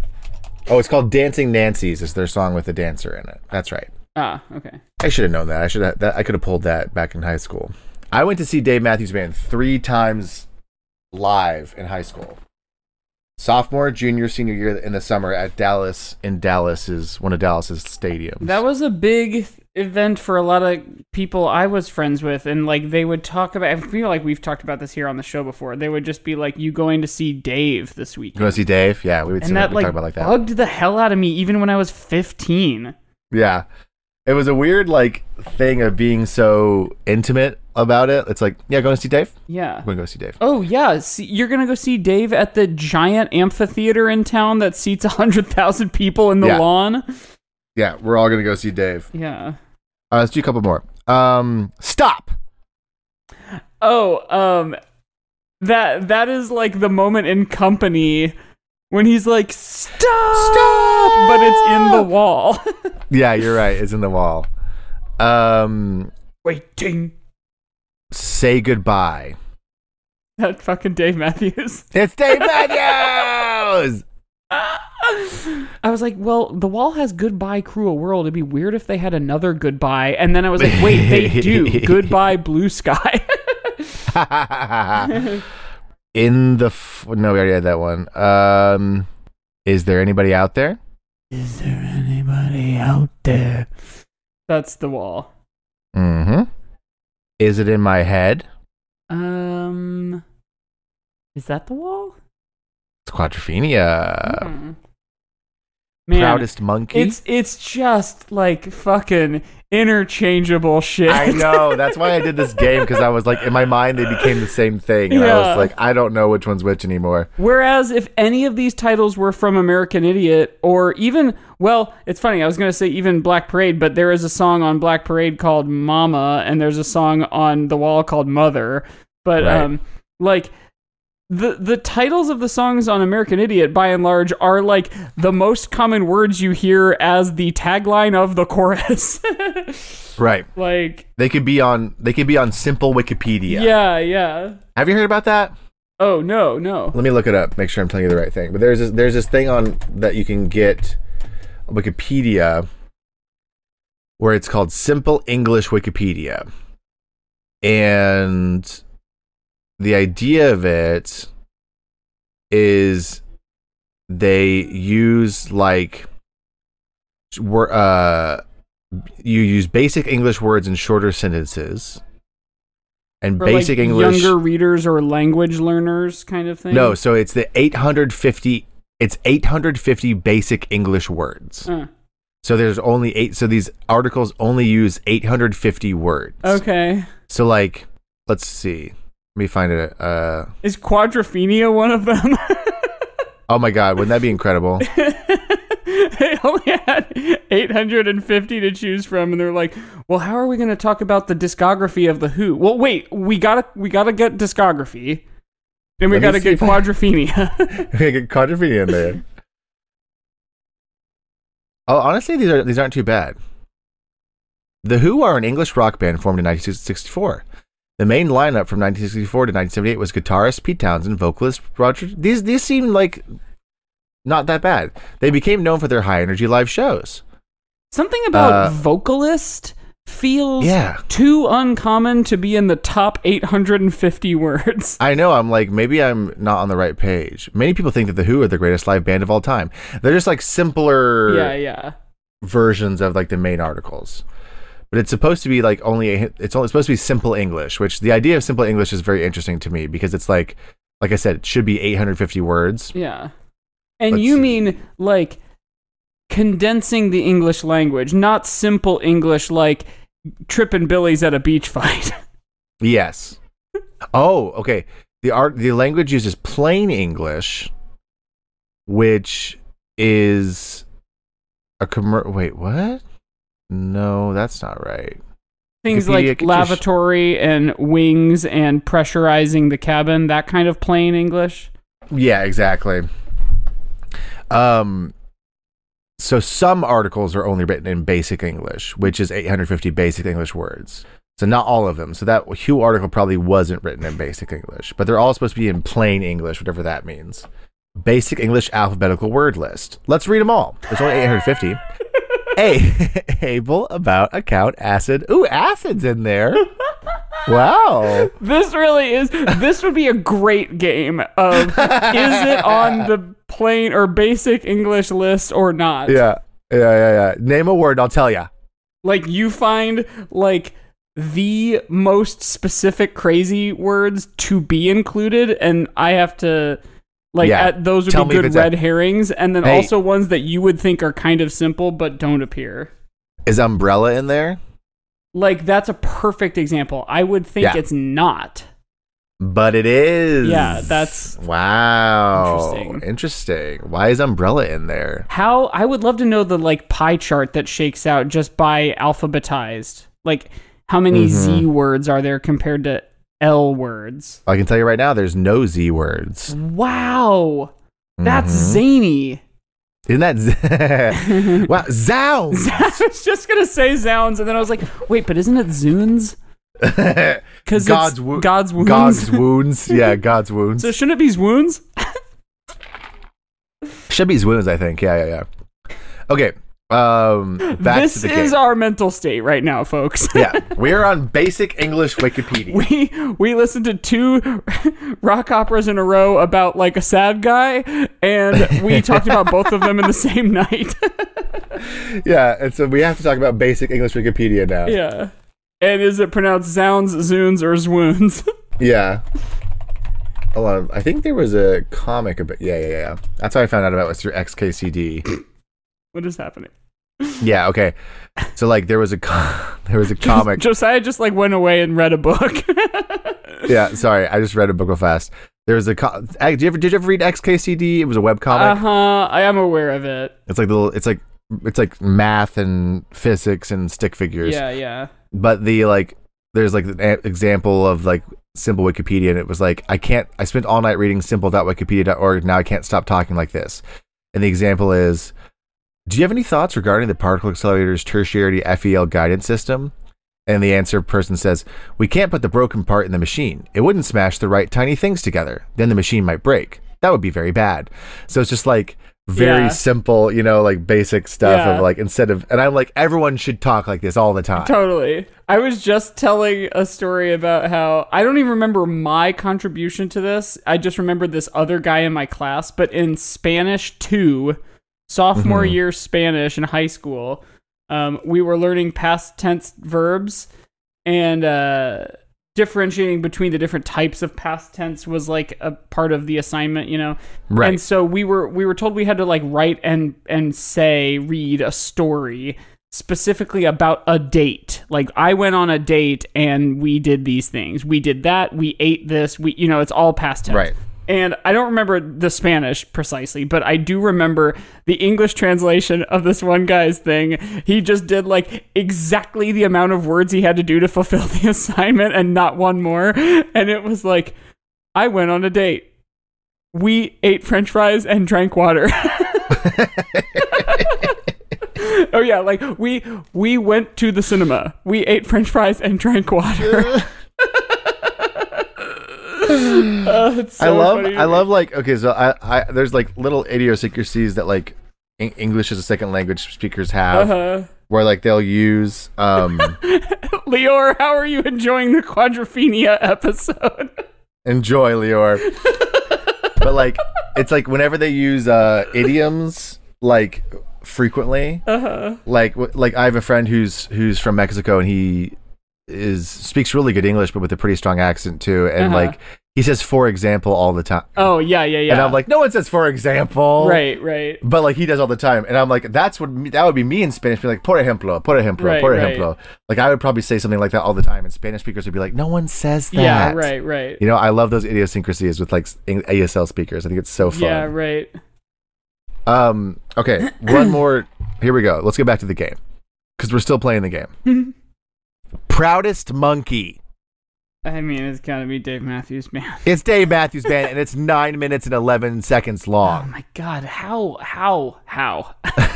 A: Oh, it's called "Dancing Nancy's." Is their song with the dancer in it? That's right.
B: Ah, okay.
A: I should have known that. I should have. That, I could have pulled that back in high school. I went to see Dave Matthews Band three times live in high school. Sophomore, junior, senior year in the summer at Dallas in Dallas is one of Dallas's stadiums.
B: That was a big event for a lot of people I was friends with, and like they would talk about. I feel like we've talked about this here on the show before. They would just be like, "You going to see Dave this
A: you want
B: weekend?"
A: to see Dave? Yeah, we would see
B: And that
A: we
B: like,
A: talk about it like that.
B: bugged the hell out of me, even when I was fifteen.
A: Yeah. It was a weird like thing of being so intimate about it. It's like, yeah, going to see Dave?
B: Yeah.
A: I'm going to go see Dave.
B: Oh yeah, see, you're gonna go see Dave at the giant amphitheater in town that seats hundred thousand people in the
A: Yeah.
B: lawn.
A: Yeah, we're all going to go see Dave.
B: Yeah.
A: Uh, let's do a couple more. Um, stop.
B: Oh, um that that is like the moment in company when he's like stop,
A: Stop!
B: but it's in the wall.
A: Yeah, you're right. It's in the wall. Um,
B: Waiting.
A: say goodbye.
B: That fucking Dave Matthews.
A: It's Dave Matthews.
B: I was like, well, the wall has goodbye cruel world. It'd be weird if they had another goodbye. And then I was like, wait, they do. goodbye blue sky. Ah.
A: in the f- no, we already had that one. Um, is there anybody out there?
B: is there anybody out there? That's the wall.
A: Mm-hmm. Is it in my head?
B: Um Is that the wall?
A: It's Quadrophenia.
B: Hmm. Man,
A: Proudest monkey.
B: It's it's just like fucking interchangeable shit.
A: I know. That's why I did this game because I was like, in my mind, they became the same thing, and I
B: Yeah.
A: was like, I don't know which one's which anymore.
B: Whereas if any of these titles were from American Idiot or even well, it's funny. I was going to say even Black Parade, but there is a song on Black Parade called Mama and there's a song on The Wall called Mother. But
A: Right.
B: um like the the titles of the songs on American Idiot by and large are like the most common words you hear as the tagline of the chorus.
A: Right.
B: like
A: They could be on. They could be on simple Wikipedia.
B: yeah, yeah.
A: Have you heard about that?
B: Oh no, no.
A: Let me look it up. Make sure I'm telling you the right thing. But there's this, there's this thing on that you can get on Wikipedia where it's called Simple English Wikipedia, and the idea of it is they use like wor- uh you use basic English words in shorter sentences and
B: Or, like,
A: basic English
B: younger readers or language learners kind of thing.
A: no, so it's the 850 it's 850 basic English words.
B: Uh,
A: So there's only 8 so these articles only use 850 words.
B: okay.
A: So like let's see. Let me find it. Uh
B: Is Quadrophenia one of them?
A: oh my god, wouldn't that be incredible?
B: they only had 850 to choose from and they're like, "Well, how are we going to talk about the discography of the Who?" Well, wait, we got to we got to get discography. And
A: Let me
B: we got to
A: see
B: get
A: if I-
B: Quadrophenia.
A: Get controversy in there. Oh, honestly, these are these aren't too bad. The Who are an English rock band formed in 1964. The main lineup from 1964 to 1978 was guitarist Pete Townsend, vocalist Roger. These these seem like not that bad. They became known for their high energy live shows.
B: Something about
A: Uh,
B: vocalist feels
A: Yeah.
B: too uncommon to be in the top 850 words.
A: I know. I'm like, maybe I'm not on the right page. Many people think that the Who are the greatest live band of all time. They're just like simpler
B: Yeah, yeah.
A: versions of like the main articles. But it's supposed to be like only a, it's only it's supposed to be simple English, which the idea of simple English is very interesting to me because it's like like I said, it should be 850 words.
B: Yeah. And
A: Let's
B: you
A: see.
B: mean like condensing the English language, not simple English like Trip and Billy's at a beach fight.
A: Yes. Oh, okay. The art the language uses plain English, which is a commer wait, what? No, that's not right.
B: Things
A: Wikipedia
B: like
A: could just-
B: lavatory and wings and pressurizing the cabin, that kind of plain English.
A: Yeah, exactly. Um so some articles are only written in basic English, which is 850 basic English words. So not all of them. So that Hugh article probably wasn't written in basic English, but they're all supposed to be in plain English, whatever that means. Basic English alphabetical word list. Let's read them all. There's only 850. A able about account acid. Ooh, acid's in there. Wow.
B: This really is this would be a great game of is it on the plain or basic English list or not?
A: Yeah. Yeah, yeah, yeah. Name a word, I'll tell ya.
B: Like you find like the most specific crazy words to be included, and I have to like
A: Yeah.
B: at, those would
A: Tell
B: be
A: me if
B: good
A: it's a-
B: red herrings, and then
A: Hey.
B: also ones that you would think are kind of simple but don't appear.
A: Is umbrella in there?
B: Like that's a perfect example. I would think
A: Yeah.
B: it's not.
A: But it is.
B: Yeah, that's-
A: wow.
B: Interesting.
A: Interesting. Why is umbrella in there?
B: How I would love to know the like pie chart that shakes out just by alphabetized. Like how many
A: Mm-hmm.
B: Z words are there compared to L words?
A: I can tell you right now, there's no Z words.
B: Wow. That's
A: Mhm.
B: zany.
A: Isn't that Z- wow? Zounds.
B: I was just gonna say zounds, and then I was like, wait, but isn't it zoons? Because
A: God's
B: it's
A: wo-
B: God's wounds.
A: God's wounds. Yeah, God's wounds.
B: so shouldn't it be wounds?
A: Should be his wounds, I think. Yeah, yeah, yeah. Okay. Um, back
B: this
A: to the
B: is
A: game.
B: our mental state right now, folks.
A: yeah, we're on basic English Wikipedia.
B: We we listened to two rock operas in a row about like a sad guy, and we talked about both of them in the same night.
A: yeah, and so we have to talk about basic English Wikipedia now.
B: yeah. And is it pronounced zounds, zoons, or swoons?
A: Yeah. A lot of. I think there was a comic about. Yeah, yeah, yeah. That's how I found out about it was through XKCD.
B: what is happening?
A: yeah. Okay. So like there was a co- there was a comic.
B: Josiah just like went away and read a book.
A: yeah. Sorry, I just read a book real fast. There was a. Co- Ac- did you ever did you ever read XKCD? It was a web
B: Uh
A: comic.
B: huh. I am aware of it.
A: It's like the little. It's like it's like math and physics and stick figures.
B: Yeah, yeah.
A: but the like there's like an a- example of like simple wikipedia and it was like i can't i spent all night reading simple.wikipedia.org now i can't stop talking like this and the example is do you have any thoughts regarding the particle accelerator's tertiary fel guidance system and the answer person says we can't put the broken part in the machine it wouldn't smash the right tiny things together then the machine might break that would be very bad so it's just like very
B: Yeah.
A: simple you know like basic stuff
B: Yeah.
A: of like instead of and i'm like everyone should talk like this all the time
B: Totally. I was just telling a story about how I don't even remember my contribution to this. I just remembered this other guy in my class, but in Spanish 2, sophomore year Spanish in high school, um, we were learning past tense verbs and uh, differentiating between the different types of past tense was like a part of the assignment, you know.
A: Right.
B: And so we were we were told we had to like write and and say read a story specifically about a date. Like I went on a date and we did these things. We did that. We ate this. We you know it's all past tense.
A: Right.
B: And I don't remember the Spanish precisely, but I do remember the English translation of this one guy's thing. He just did like exactly the amount of words he had to do to fulfill the assignment and not one more. And it was like, I went on a date. We ate french fries and drank water. oh yeah, like we we went to the cinema. We ate french fries and drank water. Oh, it's
A: I
B: so
A: love
B: funny to
A: I
B: me.
A: love like okay so I, I there's like little idiosyncrasies that like en- English as a second language speakers have
B: uh-huh.
A: where like they'll use um
B: Leor, how are you enjoying the Quadrophenia episode?
A: enjoy Leor but like it's like whenever they use uh idioms like frequently.
B: Uh huh.
A: Like w- like I have a friend who's who's from Mexico and he is speaks really good English but with a pretty strong accent too and
B: Uh-huh.
A: like he says for example all the time.
B: Oh yeah, yeah, yeah.
A: And I'm like oh, no one says for example.
B: right, right.
A: But like he does all the time, and I'm like, that's what me, that would be me in Spanish. Be like, por ejemplo, por ejemplo,
B: Right,
A: por
B: right.
A: ejemplo. Like I would probably say something like that all the time, and Spanish speakers would be like, no one says that.
B: Yeah, right, right.
A: You know, I love those idiosyncrasies with like Eng- ASL speakers. I think it's so fun.
B: Yeah, right.
A: Um. Okay. One more. Here we go. Let's get back to the game because we're still playing the game. Proudest monkey.
B: I mean, it's gotta be Dave Matthews, man.
A: It's Dave Matthews Band, and it's nine minutes and eleven seconds
B: Oh
A: long.
B: my god, how, how, how?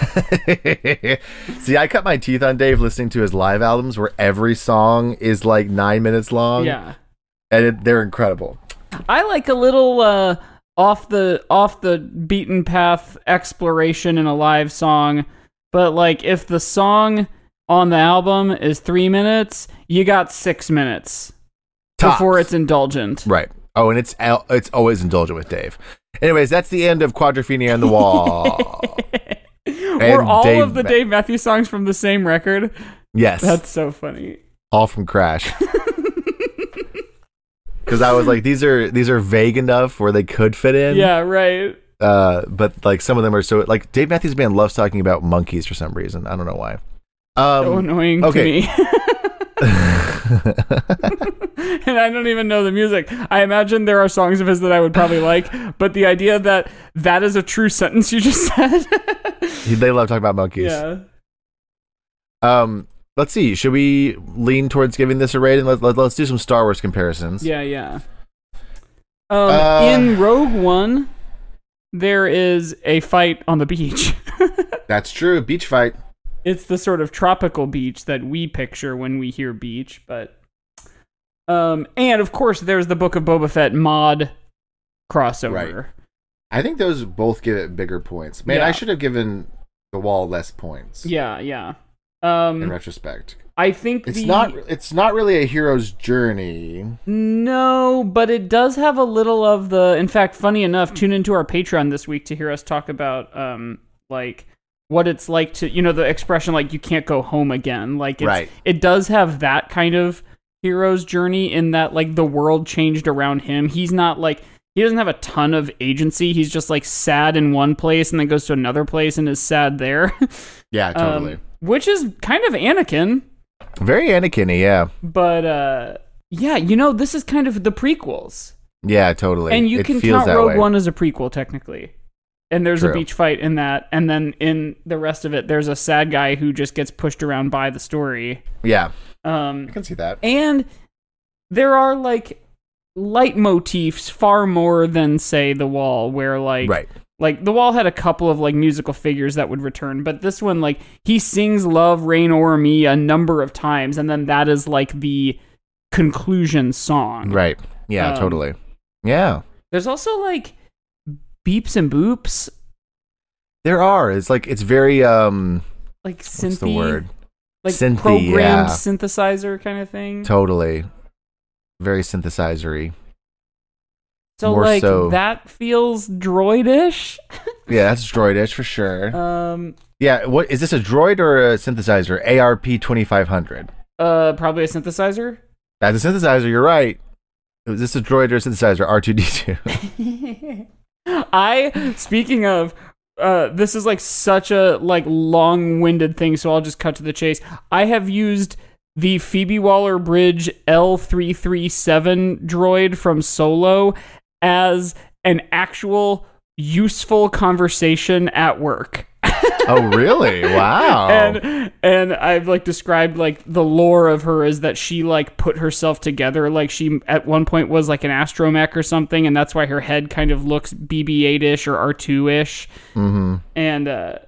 A: See, I cut my teeth on Dave listening to his live albums where every song is like nine minutes long.
B: yeah,
A: And it, they're incredible.
B: I like a little uh, off the off the beaten path exploration in a live song, but like if the song on the album is three minutes, you got six minutes before
A: Tops.
B: it's indulgent.
A: Right. Oh, and it's al- it's always indulgent with Dave. Anyways, that's the end of Quadrophenia and the Wall.
B: Were
A: And
B: all
A: Dave
B: of the
A: Ma-
B: Dave Matthews songs from the same record?
A: yes.
B: That's so funny.
A: all from Crash. Because I was like, these are these are vague enough where they could fit in.
B: yeah, right.
A: Uh, but like some of them are so like Dave Matthews Band loves talking about monkeys for some reason. I don't know why.
B: So
A: Um,
B: annoying
A: okay.
B: to me. and I don't even know the music. I imagine there are songs of his that I would probably like, but the idea that that is a true sentence you just said.
A: they love talking about monkeys.
B: yeah.
A: Um, let's see. Should we lean towards giving this a rating? Let, let, let's do some Star Wars comparisons.
B: Yeah, yeah. Um,
A: Uh,
B: in Rogue One, there is a fight on the beach.
A: That's true. Beach fight.
B: it's the sort of tropical beach that we picture when we hear beach, but um and of course there's the Book of Boba Fett mod crossover.
A: Right. I think those both give it bigger points.
B: Man, Yeah. I should
A: have given the wall less points.
B: Yeah, yeah. Um
A: retrospect,
B: I think the,
A: It's not really a hero's journey.
B: No, but it does have a little of the. In fact, funny
A: Hmm.
B: enough, tune into our Patreon this week to hear us talk about um like what it's like to you know the expression like you can't go home again. Like it's,
A: Right.
B: it does have that kind of hero's journey in that like the world changed around him. He's not like he doesn't have a ton of agency. He's just like sad in one place and then goes to another place and is sad there.
A: Yeah,
B: Um,
A: totally.
B: which is kind of Anakin.
A: Very Anakin. Yeah,
B: But uh yeah, you know, this is kind of the prequels.
A: yeah, totally.
B: and you
A: It
B: can
A: feels
B: count
A: that
B: Rogue
A: way.
B: One as a prequel technically. And there's a
A: True.
B: beach fight in that, and then in the rest of it, there's a sad guy who just gets pushed around by the story.
A: Yeah,
B: Um,
A: I can see that.
B: and there are like light motifs far more than say the wall, where like
A: right.
B: like the wall had a couple of like musical figures that would return, but this one like he sings "Love Rain Over Me" a number of times, and then that is like the conclusion song.
A: Right. Yeah,
B: Um,
A: totally. Yeah.
B: There's also like beeps and boops,
A: There are. It's like it's very um
B: like synthy,
A: what's the word?
B: like
A: Synthy,
B: programmed
A: yeah.
B: synthesizer kind of thing.
A: Totally. Very synthesizery.
B: so
A: more
B: like
A: so-
B: that feels droidish.
A: Yeah, that's droidish for sure.
B: Um,
A: yeah, what is this a droid or a synthesizer? ARP 2500.
B: uh, probably a synthesizer.
A: That's a synthesizer, you're right. Is this a droid or a synthesizer? R2D2.
B: I speaking of uh, this is like such a like long-winded thing, so I'll just cut to the chase. I have used the Phoebe Waller-Bridge L337 droid from Solo as an actual useful conversation at work.
A: oh, really? Wow. Oh.
B: And and I've like described like the lore of her is that she like put herself together like she at one point was like an astromech or something and that's why her head kind of looks BB8ish or R2ish
A: hmm
B: and uh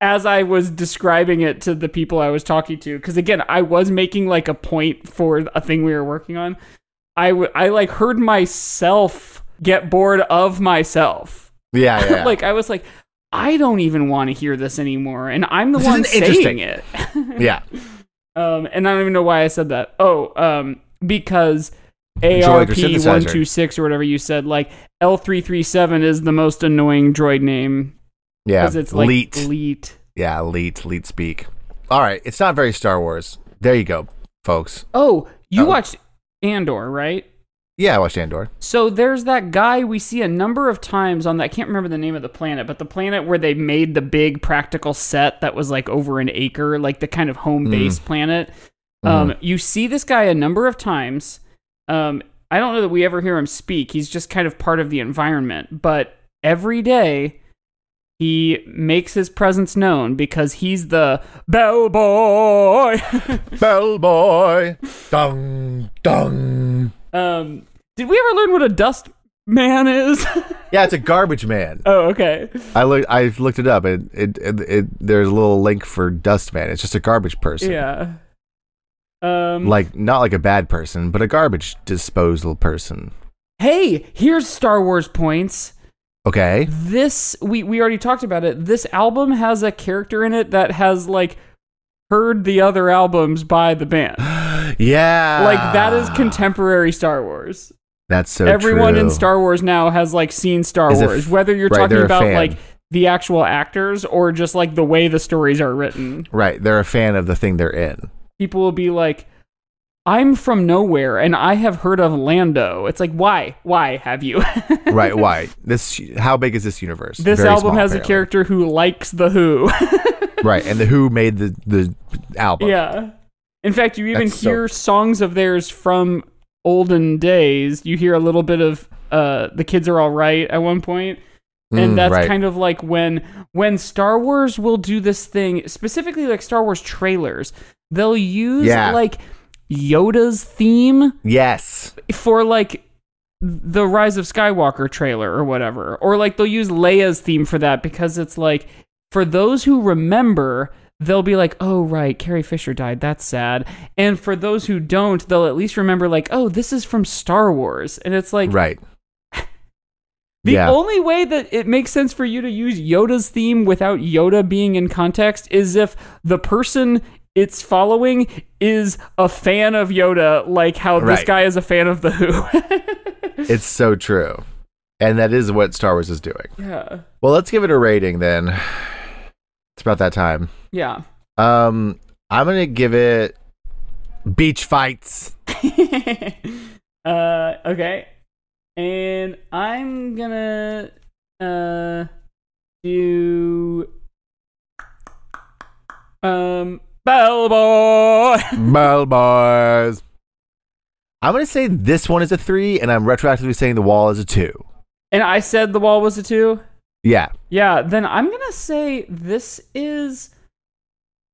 B: as I was describing it to the people I was talking to cuz again I was making like a point for a thing we were working on I w- I like heard myself get bored of myself
A: Yeah, yeah. yeah.
B: like I was like I don't even want to hear this anymore and I'm the
A: This
B: one
A: isn't interesting.
B: saying it
A: yeah.
B: um, and I don't even know why I said that. Oh, um, because
A: or
B: ARP
A: synthesizer.
B: one two six or whatever you said, like L three three seven is the most annoying droid name
A: Yeah.
B: because it's like
A: Leet.
B: Leet.
A: Yeah, leet, leet speak. All right, it's not very Star Wars. There you go, folks.
B: Oh, you
A: Oh.
B: watched Andor, right?
A: Yeah, I watched Andor.
B: So there's that guy we see a number of times on that. I can't remember the name of the planet, but the planet where they made the big practical set that was like over an acre, like the kind of home base planet. Um, you see this guy a number of times. Um, I don't know that we ever hear him speak. He's just kind of part of the environment. But every day, he makes his presence known because he's the bellboy.
A: Bellboy, dung, dung.
B: um, did we ever learn what a dust man is?
A: Yeah, it's a garbage man.
B: oh, okay.
A: I looked. I looked it up. It, it, it, it- There's a little link for dust man. It's just a garbage person.
B: Yeah. Um,
A: Like not like a bad person, but a garbage disposal person.
B: hey, here's Star Wars points.
A: Okay.
B: This we we already talked about it. This album has a character in it that has like heard the other albums by the band.
A: Ah. Yeah.
B: Like that is contemporary Star Wars.
A: That's so.
B: Everyone in
A: true.
B: Star Wars now has like seen Star
A: Is a f-
B: Wars, whether you're
A: right,
B: talking
A: they're a
B: about
A: fan.
B: like the actual actors or just like the way the stories are written.
A: Right, they're a fan of the thing they're in.
B: people will be like, I'm from nowhere and I have heard of Lando. It's like, why? Why have you?
A: Right. Why? This? How big is this universe?
B: this
A: Very
B: album
A: small,
B: has a
A: apparently.
B: character who likes The Who.
A: Right, and the Who made the the album.
B: yeah. In fact, you even
A: That's so-
B: hear songs of theirs from olden days. You hear a little bit of uh, The Kids Are All Right at one point. and
A: Mm,
B: that's
A: right.
B: kind of like when when Star Wars will do this thing specifically like Star Wars trailers they'll use
A: Yeah.
B: like Yoda's theme
A: yes.
B: for like the Rise of Skywalker trailer or whatever. Or like they'll use Leia's theme for that because it's like for those who remember, they'll be like, "Oh right, Carrie Fisher died. That's sad." And for those who don't, they'll at least remember like, "Oh, this is from Star Wars." And it's like
A: Right.
B: the
A: yeah.
B: only way that it makes sense for you to use Yoda's theme without Yoda being in context is if the person it's following is a fan of Yoda, like how this
A: Right.
B: guy is a fan of the Who.
A: it's so true, and that is what Star Wars is doing.
B: yeah.
A: Well, let's give it a rating then. It's about that time.
B: Yeah.
A: Um, I'm gonna give it beach fights.
B: uh, okay. And I'm gonna uh do um Bellboy.
A: Melbars. I'm gonna say this one is a three, and I'm retroactively saying the wall is a two.
B: And I said the wall was a two.
A: Yeah.
B: Yeah, then I'm gonna say this is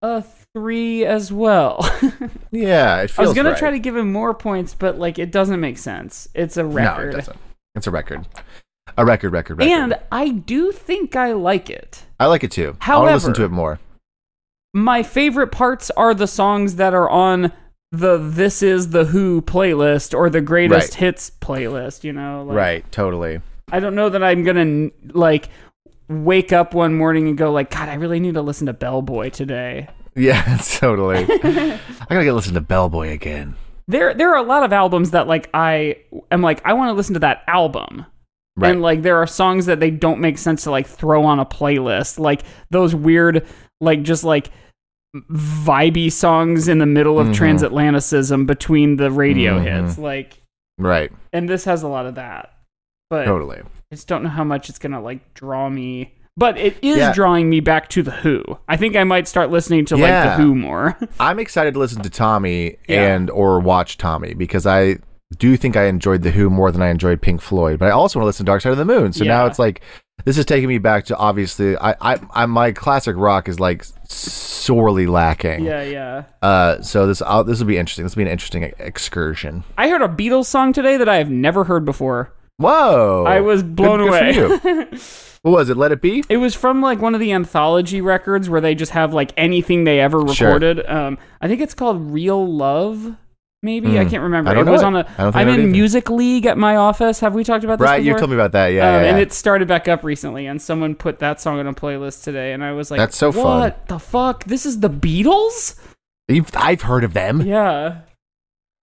B: a three as well.
A: Yeah. It
B: I
A: feels
B: was gonna
A: right.
B: try to give him more points, but like it doesn't make sense. It's a record.
A: No, it doesn't. It's a record. A record, record, record.
B: And I do think I like it.
A: I like it too. I want
B: However-
A: to listen to it more.
B: my favorite parts are the songs that are on the this is the who playlist or the greatest
A: Right.
B: hits playlist you know like,
A: right, totally.
B: i don't know that i'm gonna like wake up one morning and go like god i really need to listen to bellboy today
A: Yeah, totally. I gotta get listen to Bellboy again.
B: there there are a lot of albums that like i am like i want to listen to that album
A: Right.
B: and like there are songs that they don't make sense to like throw on a playlist like those weird like just like vibey songs in the middle of
A: Mhm.
B: transatlanticism between the radio
A: Mhm.
B: hits like
A: right,
B: and this has a lot of that but
A: totally.
B: i just don't know how much it's gonna like draw me but it is
A: Yeah.
B: drawing me back to the who i think i might start listening to
A: Yeah.
B: like the who more
A: I'm excited to listen to Tommy
B: Yeah.
A: and or watch Tommy because I do think I enjoyed The Who more than I enjoyed Pink Floyd, but I also want to listen to Dark Side of the Moon. So now
B: Yeah.
A: it's like this is taking me back to obviously I, I, I my classic rock is like sorely lacking.
B: yeah yeah
A: Uh, so this I'll, this will be interesting. This will be an interesting excursion.
B: i heard a beatles song today that i have never heard before
A: Whoa!
B: i was
A: Oh. Good-
B: blown
A: good for
B: away
A: you. What was it? Let it be.
B: It was from like one of the anthology records where they just have like anything they ever
A: Sure.
B: recorded. Um, I think it's called Real Love. Maybe I
A: Hmm.
B: can't remember.
A: I don't
B: it
A: know
B: was
A: it.
B: on
A: I
B: a.
A: don't think I
B: am
A: know
B: in
A: it either.
B: music league at my office. Have we talked about this?
A: Right, you
B: before?
A: told me about that. Yeah,
B: um,
A: yeah,
B: And
A: yeah.
B: it started back up recently, and someone put that song on a playlist today, and I was like,
A: That's so
B: what
A: fun."
B: the fuck? This is the Beatles?
A: You've- I've heard of them.
B: Yeah.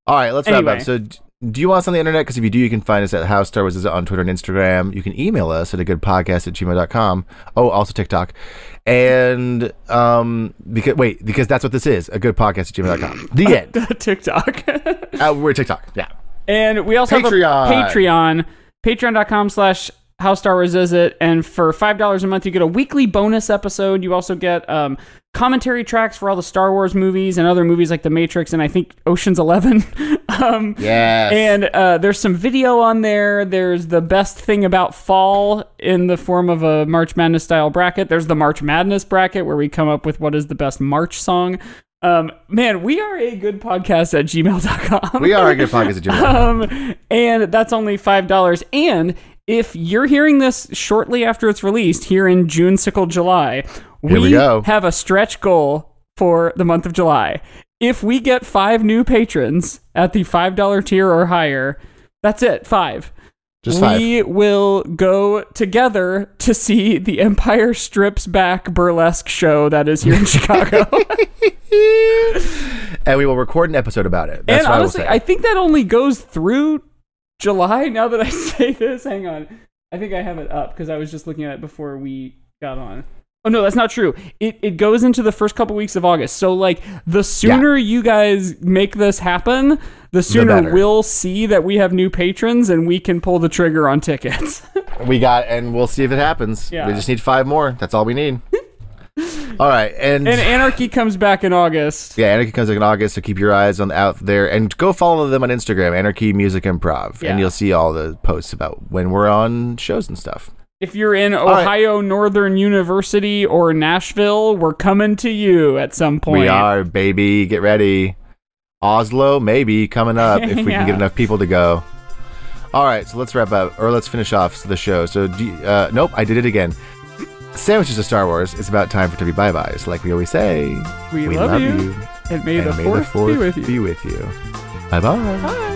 A: All right, let's wrap
B: Anyway.
A: up. So d- do you want us on the internet? Because if you do, you can find us at How Star Wars Is It on Twitter and Instagram. You can email us at a good podcast at gmail.com. Oh, also TikTok. And um because wait, because that's what this is, a good podcast at gmail.com. The end.
B: TikTok.
A: Uh, we're TikTok. Yeah.
B: and we also
A: Patreon.
B: have a Patreon. Patreon.com slash How Star Wars Is It. And for $5 a month, you get a weekly bonus episode. You also get um, commentary tracks for all the Star Wars movies and other movies like The Matrix and I think Ocean's Eleven. um,
A: Yes.
B: And uh, there's some video on there. There's the best thing about fall in the form of a March Madness style bracket. There's the March Madness bracket where we come up with what is the best March song. Um, man, we are a good podcast at gmail.com.
A: we are a good podcast at gmail.com.
B: Um, and that's only $5. And if you're hearing this shortly after it's released here in June, sickle July,
A: Here we go.
B: have a stretch goal for the month of July. If we get five new patrons at the $5 tier or higher, that's it, five.
A: Just five.
B: We will go together to see the Empire Strips Back burlesque show that is here in Chicago.
A: and we will record an episode about it. That's
B: and
A: what
B: honestly,
A: I will
B: I,
A: say.
B: think that only goes through July. Now that I say this, hang on. I think I have it up because I was just looking at it before we got on. Oh no, that's not true. It it goes into the first couple weeks of August. So like the sooner you guys make this happen, the sooner
A: better.
B: we'll see that we have new patrons and we can pull the trigger on tickets.
A: we got, and we'll see if it happens.
B: Yeah.
A: We just need five more. That's all we need. all right. And,
B: and Anarchy comes back in August.
A: yeah, Anarchy comes out in August, so keep your eyes on out there and go follow them on Instagram, Anarchy Music Improv,
B: Yeah.
A: and you'll see all the posts about when we're on shows and stuff.
B: If you're in
A: right.
B: Ohio Northern University or Nashville, we're coming to you at some point.
A: We are, baby. Get ready. Oslo, maybe coming up if we can
B: Yeah.
A: get enough people to go. All right, so let's wrap up or let's finish off the show. So, do you- uh, nope, I did it again. Sandwiches of Star Wars. It's about time for to be bye byes, like we always say.
B: We, love, you. And may, the,
A: and may
B: fourth
A: the fourth
B: be with you.
A: Be with you. Bye bye.
B: Bye.